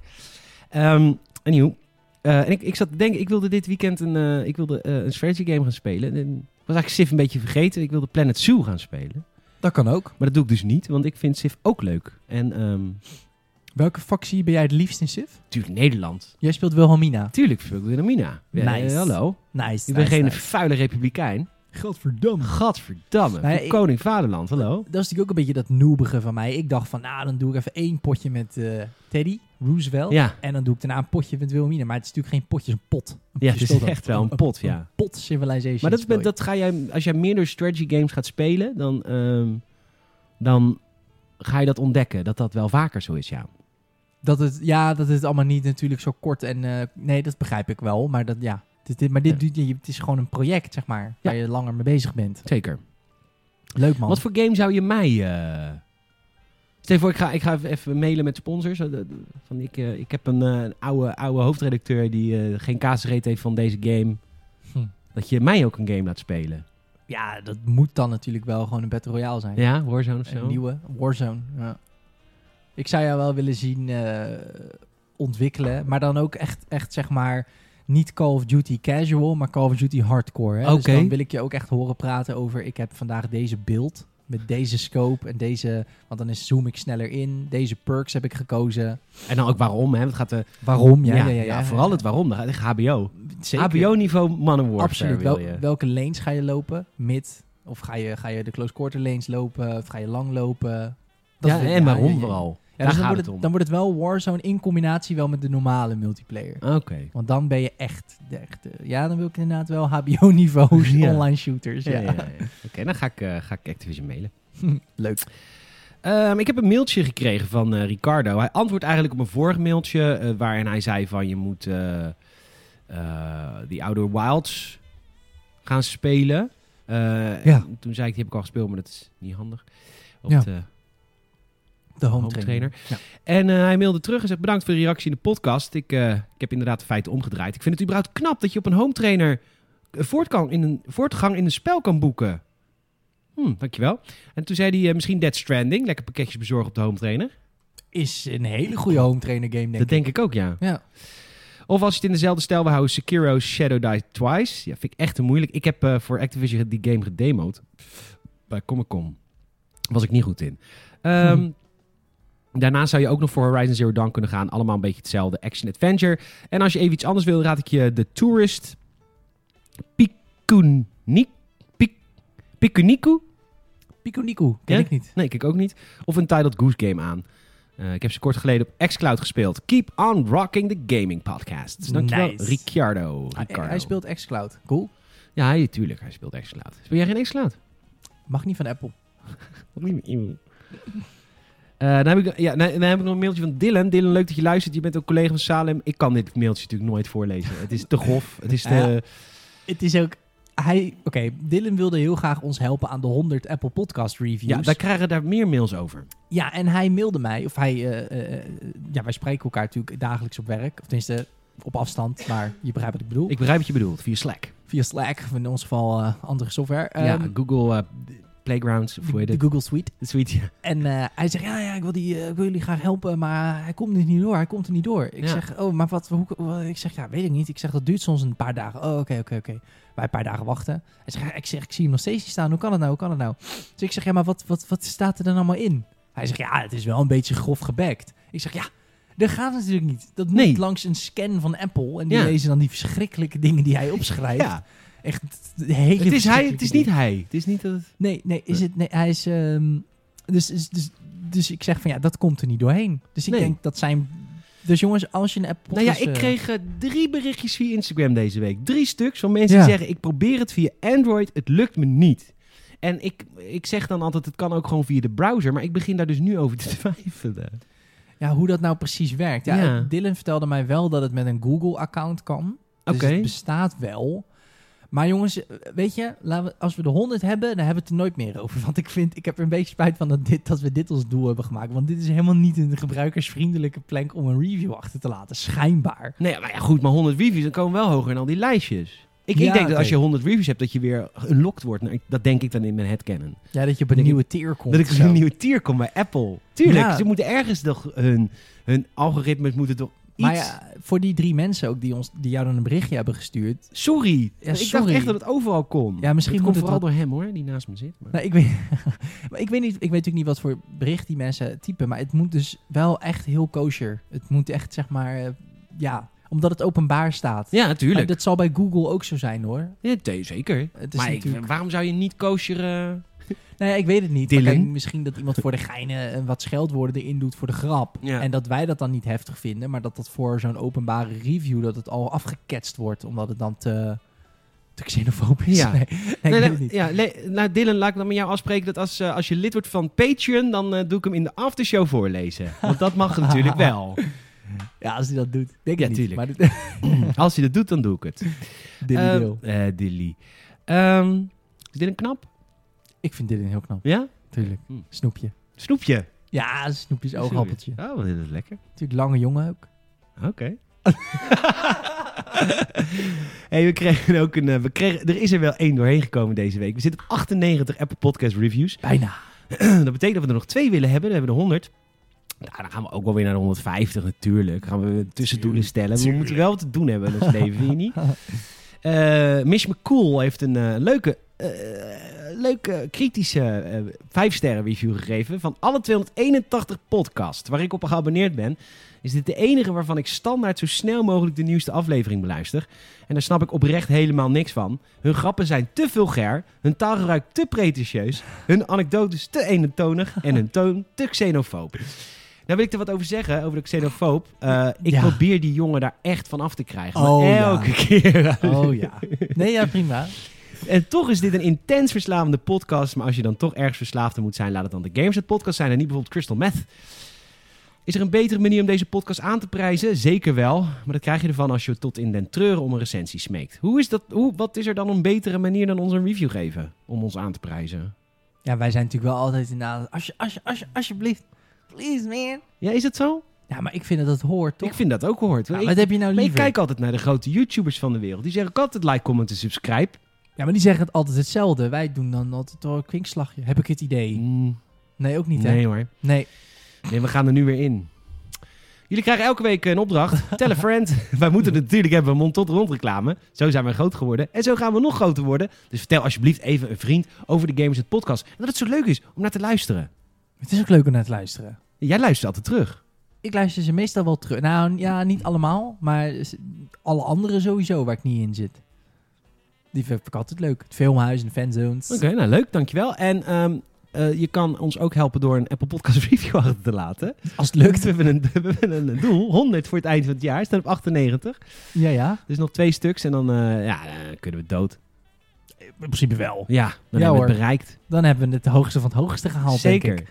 [SPEAKER 2] Ehm anyhow, eh, en ik, ik zat te denken, ik wilde dit weekend een, eh, ik wilde, eh, een strategy game gaan spelen. En ik was eigenlijk Civ een beetje vergeten. Ik wilde Planet Zoo gaan spelen.
[SPEAKER 1] Dat kan ook.
[SPEAKER 2] Maar dat doe ik dus niet, want ik vind Civ ook leuk. En ehm
[SPEAKER 1] Welke factie ben jij het liefst in Civ?
[SPEAKER 2] natuurlijk Nederland.
[SPEAKER 1] Jij speelt Wilhelmina.
[SPEAKER 2] Tuurlijk, fuck Wilhelmina. Ja,
[SPEAKER 1] Nice.
[SPEAKER 2] eh, hallo.
[SPEAKER 1] Nice.
[SPEAKER 2] Ik ben geen
[SPEAKER 1] nice.
[SPEAKER 2] vuile republikein.
[SPEAKER 1] Godverdamme.
[SPEAKER 2] Gadverdamme.
[SPEAKER 1] Nee,
[SPEAKER 2] voor
[SPEAKER 1] ik-
[SPEAKER 2] Koning Vaderland, hallo.
[SPEAKER 1] Dat is natuurlijk ook een beetje dat noobige van mij. Ik dacht van, nou, dan doe ik even één potje met eh, Teddy, Roosevelt.
[SPEAKER 2] Ja,
[SPEAKER 1] En dan doe ik daarna een potje met Wilhelmina. Maar het is natuurlijk geen potje, het is een pot. Een
[SPEAKER 2] ja
[SPEAKER 1] potje
[SPEAKER 2] het is
[SPEAKER 1] speelt oh. dan.
[SPEAKER 2] echt wel een pot, ja.
[SPEAKER 1] pot civilization.
[SPEAKER 2] Maar dat, is
[SPEAKER 1] speel
[SPEAKER 2] met-
[SPEAKER 1] je.
[SPEAKER 2] dat ga jij, als jij meerdere strategy games gaat spelen, dan, ehm, dan ga je dat ontdekken. Dat dat wel vaker zo is, ja.
[SPEAKER 1] dat het, ja, dat het allemaal niet natuurlijk zo kort en... eh, nee, dat begrijp ik wel. Maar dat, ja. Dit, dit, maar dit
[SPEAKER 2] Ja.
[SPEAKER 1] duurt, je- het is gewoon een project, zeg maar. Waar je langer mee bezig bent.
[SPEAKER 2] Zeker.
[SPEAKER 1] Leuk, man.
[SPEAKER 2] Wat voor game zou je mij... eh, Stel je voor, ik ga, ik ga even- even mailen met sponsors. Eh, dat- Van, ik, eh, ik heb een eh, een oude, oude hoofdredacteur die eh, geen kaas reet heeft van deze game.
[SPEAKER 1] Hm.
[SPEAKER 2] Dat je mij ook een game laat spelen.
[SPEAKER 1] Ja, dat moet dan natuurlijk wel gewoon een Battle Royale zijn.
[SPEAKER 2] Ja, Warzone of zo.
[SPEAKER 1] Een nieuwe Warzone. Ja. Ik zou jou wel willen zien eh, ontwikkelen, maar dan ook echt, echt zeg maar niet Call of Duty casual, maar Call of Duty hardcore. Hè?
[SPEAKER 2] Oké.
[SPEAKER 1] Dus dan wil ik je ook echt horen praten over. Ik heb vandaag deze beeld met deze scope en deze, want dan is, zoom ik sneller in. Deze perks heb ik gekozen.
[SPEAKER 2] En dan ook waarom, hè? Want het gaat de
[SPEAKER 1] Waarom? Ja, ja, ja, ja.
[SPEAKER 2] vooral het waarom. Dan gaat echt HBO.
[SPEAKER 1] Zeker.
[SPEAKER 2] HBO-niveau mannenwoord.
[SPEAKER 1] Absoluut.
[SPEAKER 2] eh, Wil
[SPEAKER 1] Wel-
[SPEAKER 2] je.
[SPEAKER 1] welke lanes ga je lopen? Mid? Of ga je, ga je de close quarter lanes lopen? Of ga je lang lopen? Dat
[SPEAKER 2] ja,
[SPEAKER 1] is-
[SPEAKER 2] en waarom
[SPEAKER 1] ja, ja.
[SPEAKER 2] vooral.
[SPEAKER 1] Ja,
[SPEAKER 2] Daar
[SPEAKER 1] dus dan,
[SPEAKER 2] gaat het
[SPEAKER 1] wordt het,
[SPEAKER 2] om.
[SPEAKER 1] dan wordt het wel Warzone in combinatie wel met de normale multiplayer.
[SPEAKER 2] Ah, Oké.
[SPEAKER 1] Want dan ben je echt de echte. Ja, dan wil ik inderdaad wel HBO-niveaus
[SPEAKER 2] (laughs) Ja.
[SPEAKER 1] online shooters.
[SPEAKER 2] Dus Ja, ja,
[SPEAKER 1] Ja.
[SPEAKER 2] ja. Oké, dan ga ik, eh, ga ik Activision mailen.
[SPEAKER 1] Leuk.
[SPEAKER 2] Ehm, ik heb een mailtje gekregen van eh, Ricardo. Hij antwoordt eigenlijk op een vorig mailtje eh, waarin hij zei van je moet eh, eh, die Outer Wilds gaan spelen. Eh,
[SPEAKER 1] Ja.
[SPEAKER 2] en Toen zei ik, die heb ik al gespeeld, maar dat is niet handig. Op
[SPEAKER 1] Ja.
[SPEAKER 2] het, eh,
[SPEAKER 1] De home,
[SPEAKER 2] Home
[SPEAKER 1] trainer.
[SPEAKER 2] En eh, hij mailde terug en zegt bedankt voor je reactie in de podcast. Ik, eh, ik heb inderdaad de feiten omgedraaid. Ik vind het überhaupt knap dat je op een home trainer eh, voort kan in een, voortgang in een spel kan boeken. Hm, dankjewel. En toen zei hij eh, misschien Dead Stranding. Lekker pakketjes bezorgen op de home trainer.
[SPEAKER 1] Is een hele goede home trainer game, denk
[SPEAKER 2] dat
[SPEAKER 1] ik.
[SPEAKER 2] denk ik ook, ja.
[SPEAKER 1] Ja.
[SPEAKER 2] Of als je het in dezelfde stijl wil houden, Sekiro Shadow Die Twice. Ja, vind ik echt te moeilijk. Ik heb eh, voor Activision die game gedemoed. Bij Comic-Con. Was ik niet goed in. Ehm,
[SPEAKER 1] (laughs)
[SPEAKER 2] Daarna zou je ook nog voor Horizon Zero Dawn kunnen gaan. Allemaal een beetje hetzelfde. Action-adventure. En als je even iets anders wil, raad ik je de Tourist. Pikuniku. Pik, Pikuniku?
[SPEAKER 1] Pico Nico, ken
[SPEAKER 2] Ja?
[SPEAKER 1] ik niet.
[SPEAKER 2] Nee, ik ook niet. Of een Titled Goose Game aan. Eh, ik heb ze kort geleden op xCloud gespeeld. Keep on rocking the gaming podcast. Dankjewel,
[SPEAKER 1] Nice.
[SPEAKER 2] Ricciardo. Ricardo.
[SPEAKER 1] Hij, hij speelt xCloud. Cool.
[SPEAKER 2] Ja, hij, tuurlijk, hij speelt xCloud. Speel jij geen xCloud?
[SPEAKER 1] Mag niet van Apple.
[SPEAKER 2] Wat lief, ieuw. Eh, dan, heb ik, ja, dan, dan heb ik nog een mailtje van Dylan. Dylan, leuk dat je luistert. Je bent ook collega van Salem. Ik kan dit mailtje natuurlijk nooit voorlezen. Het is te grof. Het is te...
[SPEAKER 1] Ja. Het is ook... Hij, oké, Dylan wilde heel graag ons helpen aan de 100 Apple Podcast Reviews.
[SPEAKER 2] Ja, daar krijgen daar meer mails over.
[SPEAKER 1] Ja, en hij mailde mij, of hij, eh, eh, ja, wij spreken elkaar natuurlijk dagelijks op werk. Of tenminste, op afstand, maar je begrijpt wat ik bedoel.
[SPEAKER 2] Ik begrijp wat je bedoelt, via Slack.
[SPEAKER 1] Via Slack, of in ons geval eh, andere software.
[SPEAKER 2] ja,
[SPEAKER 1] Ehm,
[SPEAKER 2] Google eh, Playgrounds, of hoe
[SPEAKER 1] de,
[SPEAKER 2] heet
[SPEAKER 1] de
[SPEAKER 2] het?
[SPEAKER 1] Google Suite.
[SPEAKER 2] De
[SPEAKER 1] (laughs)
[SPEAKER 2] suite, ja.
[SPEAKER 1] En eh, hij zegt, ja, ja ik, wil die, eh, ik wil jullie graag helpen, maar hij komt er niet door. Hij komt er niet door. Ik
[SPEAKER 2] Ja.
[SPEAKER 1] zeg, oh, maar wat, hoe, hoe- ik zeg, ja, weet ik niet. Ik zeg, dat duurt soms een paar dagen. Oh, oké, oké, oké. Wij een paar dagen wachten. Hij zegt, ja, ik zeg, ik zie hem nog steeds niet staan. Hoe kan het nou, hoe kan het nou? Dus ik zeg, ja, maar wat, wat, wat staat er dan allemaal in? Hij zegt, ja, het is wel een beetje grof gebekt. Ik zeg, ja, dat gaat natuurlijk niet. Dat moet
[SPEAKER 2] Nee.
[SPEAKER 1] langs een scan van Apple. En die
[SPEAKER 2] Ja.
[SPEAKER 1] lezen dan die verschrikkelijke dingen die hij opschrijft.
[SPEAKER 2] ja.
[SPEAKER 1] Echt hele
[SPEAKER 2] Het is hij, het is
[SPEAKER 1] verschrikkelijke
[SPEAKER 2] niet hij. Het is niet dat het...
[SPEAKER 1] Nee, nee, is het, nee hij is... ehm, dus, dus, dus, dus ik zeg van ja, dat komt er niet doorheen. Dus ik
[SPEAKER 2] Nee.
[SPEAKER 1] denk dat zijn... Dus jongens, als je een app...
[SPEAKER 2] Nou ja, ik kreeg eh, drie berichtjes via Instagram deze week. Drie stuks van mensen die
[SPEAKER 1] Ja.
[SPEAKER 2] zeggen: ik probeer het via Android, het lukt me niet. En ik, ik zeg dan altijd: het kan ook gewoon via de browser, maar ik begin daar dus nu over te (laughs) twijfelen.
[SPEAKER 1] Ja, hoe dat nou precies werkt. Ja,
[SPEAKER 2] Ja.
[SPEAKER 1] Dylan vertelde mij wel dat het met een Google-account kan. Dus
[SPEAKER 2] Oké.
[SPEAKER 1] het bestaat wel. Maar jongens, eh, weet je, laten we, als we de 100 hebben, dan hebben we het er nooit meer over. (laughs) Want ik vind, ik heb er een beetje spijt van dat, dit, dat we dit als doel hebben gemaakt. Want dit is helemaal niet een gebruikersvriendelijke plank om een review achter te laten, schijnbaar.
[SPEAKER 2] Nee, maar Nou ja, goed, maar 100 reviews, dan komen we wel hoger in al die lijstjes. Ik,
[SPEAKER 1] Ja,
[SPEAKER 2] ik denk dat
[SPEAKER 1] oké.
[SPEAKER 2] als je 100 reviews hebt, dat je weer unlocked wordt. Nou, ik- dat denk ik dan in mijn headcanon.
[SPEAKER 1] Ja, dat je op een
[SPEAKER 2] Denk ik-
[SPEAKER 1] nieuwe tier komt.
[SPEAKER 2] Dat ik
[SPEAKER 1] of
[SPEAKER 2] een
[SPEAKER 1] zo.
[SPEAKER 2] nieuwe tier kom bij Apple. Tuurlijk,
[SPEAKER 1] Ja.
[SPEAKER 2] ze moeten ergens toch hun, hun algoritmes moeten toch iets...
[SPEAKER 1] Maar ja, voor die drie mensen ook die, ons, die jou dan een berichtje hebben gestuurd.
[SPEAKER 2] Sorry.
[SPEAKER 1] Ja,
[SPEAKER 2] ik dacht
[SPEAKER 1] sorry.
[SPEAKER 2] echt dat het overal kon.
[SPEAKER 1] Ja, misschien
[SPEAKER 2] het
[SPEAKER 1] moet
[SPEAKER 2] komt
[SPEAKER 1] het
[SPEAKER 2] vooral door hem hoor, die naast me zit. Maar...
[SPEAKER 1] Nou, ik, weet, (laughs) maar ik, weet niet, ik weet natuurlijk niet wat voor bericht die mensen typen. Maar het moet dus wel echt heel kosher. Het moet echt, zeg maar, eh, ja, omdat het openbaar staat.
[SPEAKER 2] Ja, natuurlijk.
[SPEAKER 1] Maar dat zal bij Google ook zo zijn hoor.
[SPEAKER 2] Ja, te- zeker.
[SPEAKER 1] Het is
[SPEAKER 2] Maar ik-
[SPEAKER 1] natuurlijk...
[SPEAKER 2] waarom zou je niet kosher... eh,
[SPEAKER 1] Nou ja, ik weet het niet.
[SPEAKER 2] Dylan?
[SPEAKER 1] Maar kijk, misschien dat iemand voor de geinen eh, wat scheldwoorden erin doet voor de grap.
[SPEAKER 2] Ja.
[SPEAKER 1] En dat wij dat dan niet heftig vinden. Maar dat dat voor zo'n openbare review, dat het al afgeketst wordt. Omdat het dan te, te xenofoob is.
[SPEAKER 2] Ja.
[SPEAKER 1] Nee, (laughs) nee, ik
[SPEAKER 2] Nee,
[SPEAKER 1] weet
[SPEAKER 2] nee,
[SPEAKER 1] het niet.
[SPEAKER 2] ja, le- nou, Dylan, laat ik dan met jou afspreken dat als, eh, als je lid wordt van Patreon, dan eh, doe ik hem in de aftershow voorlezen. Want dat
[SPEAKER 1] (laughs)
[SPEAKER 2] mag natuurlijk
[SPEAKER 1] (clears throat)
[SPEAKER 2] wel.
[SPEAKER 1] Ja, als hij dat doet. Denk ik
[SPEAKER 2] Ja,
[SPEAKER 1] niet.
[SPEAKER 2] tuurlijk.
[SPEAKER 1] Maar dit, (laughs)
[SPEAKER 2] Als hij dat doet, dan doe ik het.
[SPEAKER 1] Dilly
[SPEAKER 2] Ehm,
[SPEAKER 1] Dil.
[SPEAKER 2] eh, Dilly. Ehm, is Dylan knap?
[SPEAKER 1] Ik vind dit een heel knap.
[SPEAKER 2] Ja?
[SPEAKER 1] Tuurlijk.
[SPEAKER 2] Hmm.
[SPEAKER 1] Snoepje.
[SPEAKER 2] Snoepje.
[SPEAKER 1] Ja, snoepje is oogappeltje.
[SPEAKER 2] Oh, wat is dat lekker.
[SPEAKER 1] Natuurlijk lange jongen ook.
[SPEAKER 2] Oké.
[SPEAKER 1] (laughs)
[SPEAKER 2] hey, we kregen ook een... eh, we kregen, er is er wel één doorheen gekomen deze week. We zitten op 98 Apple Podcast Reviews.
[SPEAKER 1] Bijna. (laughs)
[SPEAKER 2] (clears throat) Dat betekent dat we er nog twee willen hebben. Dan hebben we de 100. Nou, dan gaan we ook wel weer naar de 150 natuurlijk. Dan gaan we tussendoelen stellen. We moeten wel wat te doen hebben in ons leven, vind je niet? Eh Mish McCool heeft een eh, leuke, eh, leuke kritische eh, vijfsterren review gegeven van alle 281 podcasts waar ik op geabonneerd ben. Is dit de enige waarvan ik standaard zo snel mogelijk de nieuwste aflevering beluister? En daar snap ik oprecht helemaal niks van. Hun grappen zijn te vulgair, hun taalgebruik te pretentieus, hun anekdotes te eentonig en hun toon te xenofoob. Nou wil ik er wat over zeggen, over de xenofoob. Eh, ik
[SPEAKER 1] Ja.
[SPEAKER 2] probeer die jongen daar echt van af te krijgen. Maar
[SPEAKER 1] Oh, ja.
[SPEAKER 2] elke keer.
[SPEAKER 1] Oh ja. Nee, ja, prima.
[SPEAKER 2] En toch is dit een intens verslavende podcast. Maar als je dan toch ergens verslaafd aan moet zijn, laat het dan de Games het podcast zijn en niet bijvoorbeeld Crystal Meth. Is er een betere manier om deze podcast aan te prijzen? Zeker wel. Maar dat krijg je ervan als je tot in den treuren om een recensie smeekt. Hoe is dat, hoe, wat is er dan een betere manier dan ons een review geven om ons aan te prijzen?
[SPEAKER 1] Ja, wij zijn natuurlijk wel altijd inderdaad... Als je, als je, als je, alsjeblieft. Please, man.
[SPEAKER 2] Ja, is dat zo?
[SPEAKER 1] Ja, maar ik vind dat dat hoort, toch?
[SPEAKER 2] Ik vind dat ook gehoord.
[SPEAKER 1] Ja,
[SPEAKER 2] ik,
[SPEAKER 1] wat heb je nou
[SPEAKER 2] maar ik
[SPEAKER 1] liever?
[SPEAKER 2] kijk altijd naar de grote YouTubers van de wereld. Die zeggen ook altijd like, comment en subscribe.
[SPEAKER 1] Ja, maar die zeggen het altijd hetzelfde. Wij doen dan altijd wel een kwinkslagje. Heb ik het idee?
[SPEAKER 2] Mm,
[SPEAKER 1] Nee, ook niet, hè?
[SPEAKER 2] nee hoor.
[SPEAKER 1] Nee.
[SPEAKER 2] Nee, we gaan er nu weer in. Jullie krijgen elke week een opdracht. (laughs) Tell a friend. Wij moeten het natuurlijk hebben mond tot rond reclame. Zo zijn we groot geworden. En zo gaan we nog groter worden. Dus vertel alsjeblieft even een vriend over de Gamers het podcast. En dat het zo leuk is om naar te luisteren.
[SPEAKER 1] Het is ook leuk om naar te luisteren.
[SPEAKER 2] Jij luistert altijd terug.
[SPEAKER 1] Ik luister ze meestal wel terug. Nou ja, niet allemaal, maar s- alle anderen sowieso waar ik niet in zit. Die vind ik altijd leuk. Het filmhuis en de fanzones. (laughs)
[SPEAKER 2] Oké, nou leuk. Dankjewel. En ehm, eh, je kan ons ook helpen door een Apple Podcast (laughs) review achter te laten.
[SPEAKER 1] Als het lukt.
[SPEAKER 2] We hebben een, (laughs) we hebben een doel. 100 voor het eind van het jaar. We Staan op 98.
[SPEAKER 1] Ja, ja.
[SPEAKER 2] Dus nog twee stuks. En dan eh, ja, eh, kunnen we dood.
[SPEAKER 1] In principe wel.
[SPEAKER 2] Ja, dan hebben
[SPEAKER 1] Ja,
[SPEAKER 2] we het
[SPEAKER 1] hoor.
[SPEAKER 2] bereikt.
[SPEAKER 1] Dan hebben we het hoogste van het hoogste gehaald,
[SPEAKER 2] Zeker.
[SPEAKER 1] denk ik.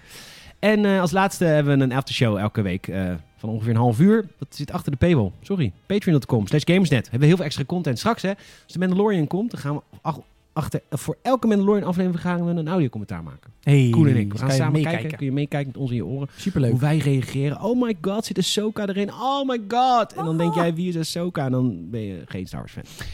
[SPEAKER 2] En eh, als laatste hebben we een aftershow elke week eh, van ongeveer een half uur. Dat zit achter de paywall. Sorry. Patreon.com slash Gamesnet. Hebben we heel veel extra content. Straks hè, als de Mandalorian komt, dan gaan we ach- achter, voor elke Mandalorian aflevering gaan we een audiocommentaar maken.
[SPEAKER 1] Hey,
[SPEAKER 2] Koen en ik. We gaan
[SPEAKER 1] Dus kan je
[SPEAKER 2] samen
[SPEAKER 1] meekijken.
[SPEAKER 2] kijken. Kun je meekijken met ons in je oren.
[SPEAKER 1] Superleuk.
[SPEAKER 2] Hoe wij reageren. Oh my god, zit Ahsoka erin? Oh my god. En dan denk jij, wie is Ahsoka? En dan ben je geen Star Wars fan.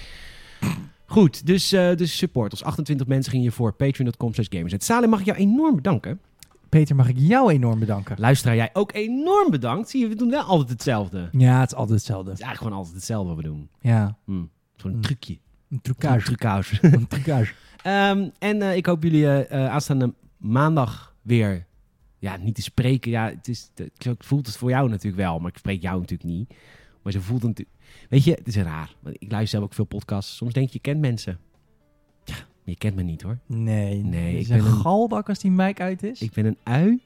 [SPEAKER 2] Goed, dus, eh, dus support. Als 28 mensen gingen hiervoor. Patreon.com slash Gamesnet. Salem, mag ik jou enorm bedanken.
[SPEAKER 1] Peter, mag ik jou enorm bedanken?
[SPEAKER 2] Luisteraar, jij ook enorm bedankt. Zie je, we doen wel altijd hetzelfde. Het
[SPEAKER 1] Ja, het is altijd hetzelfde.
[SPEAKER 2] is eigenlijk gewoon altijd hetzelfde wat we doen.
[SPEAKER 1] Ja,
[SPEAKER 2] Hm. Zo'n
[SPEAKER 1] Hm.
[SPEAKER 2] trucje.
[SPEAKER 1] een
[SPEAKER 2] Een
[SPEAKER 1] (laughs) trucage.
[SPEAKER 2] trucage.
[SPEAKER 1] een trucage.
[SPEAKER 2] (laughs) Ehm, en eh, ik hoop jullie eh, eh, aanstaande maandag weer ja, niet te spreken. Ja, het, is, het- zo voelt het voor jou natuurlijk wel, maar ik spreek jou natuurlijk niet. Maar ze voelt het natuurlijk... Weet je, het is raar. Want ik luister zelf ook veel podcasts. Soms denk je, je kent mensen. Ja, maar je kent me niet hoor.
[SPEAKER 1] Nee,
[SPEAKER 2] Nee,
[SPEAKER 1] Het
[SPEAKER 2] ik
[SPEAKER 1] is een
[SPEAKER 2] ben een-
[SPEAKER 1] galbak als die mic uit is.
[SPEAKER 2] Ik ben een ui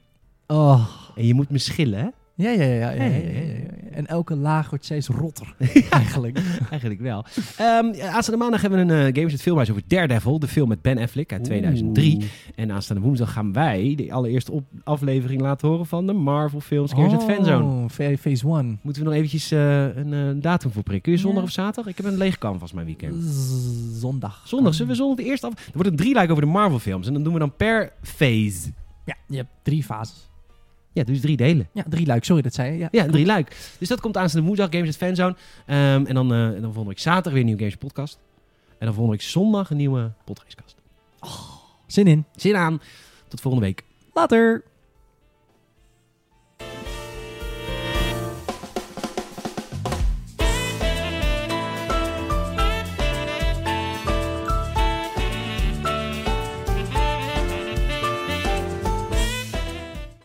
[SPEAKER 1] Oh.
[SPEAKER 2] en je moet me schillen, hè?
[SPEAKER 1] Ja, ja, ja, ja, ja, ja,
[SPEAKER 2] Hey.
[SPEAKER 1] ja, ja. En elke laag wordt steeds (laughs) rotter, eigenlijk.
[SPEAKER 2] (laughs) Eigenlijk wel. Ehm, ja, aanstaande maandag hebben we een eh, Games met Filmhuis over Daredevil. De film met Ben Affleck uit 2003.
[SPEAKER 1] Oeh.
[SPEAKER 2] En aanstaande woensdag gaan wij de allereerste op- aflevering laten horen van de Marvel films Games uit Fanzone.
[SPEAKER 1] Oh, fa- Phase 1.
[SPEAKER 2] Moeten we nog eventjes eh, een eh, datum voor prikken? Kun je zondag
[SPEAKER 1] Ja.
[SPEAKER 2] of zaterdag? Ik heb een leeg canvas mijn weekend.
[SPEAKER 1] Zondag.
[SPEAKER 2] Zondag, zullen we zondag de eerste af... Er wordt een drieluik over de Marvel films. En dan doen we dan per phase.
[SPEAKER 1] Ja, je hebt drie fases.
[SPEAKER 2] Ja, dus drie delen.
[SPEAKER 1] Ja, drie luik. Sorry, dat zei je. Ja.
[SPEAKER 2] Ja, een drieluik. Dus dat komt aanstaande woensdag, Games at Fanzone. Ehm, en, dan, eh en dan volgende week zaterdag weer een nieuwe Games podcast. En dan volgende week zondag een nieuwe podcastkast.
[SPEAKER 1] Zin in.
[SPEAKER 2] Zin aan. Tot volgende week.
[SPEAKER 1] Later.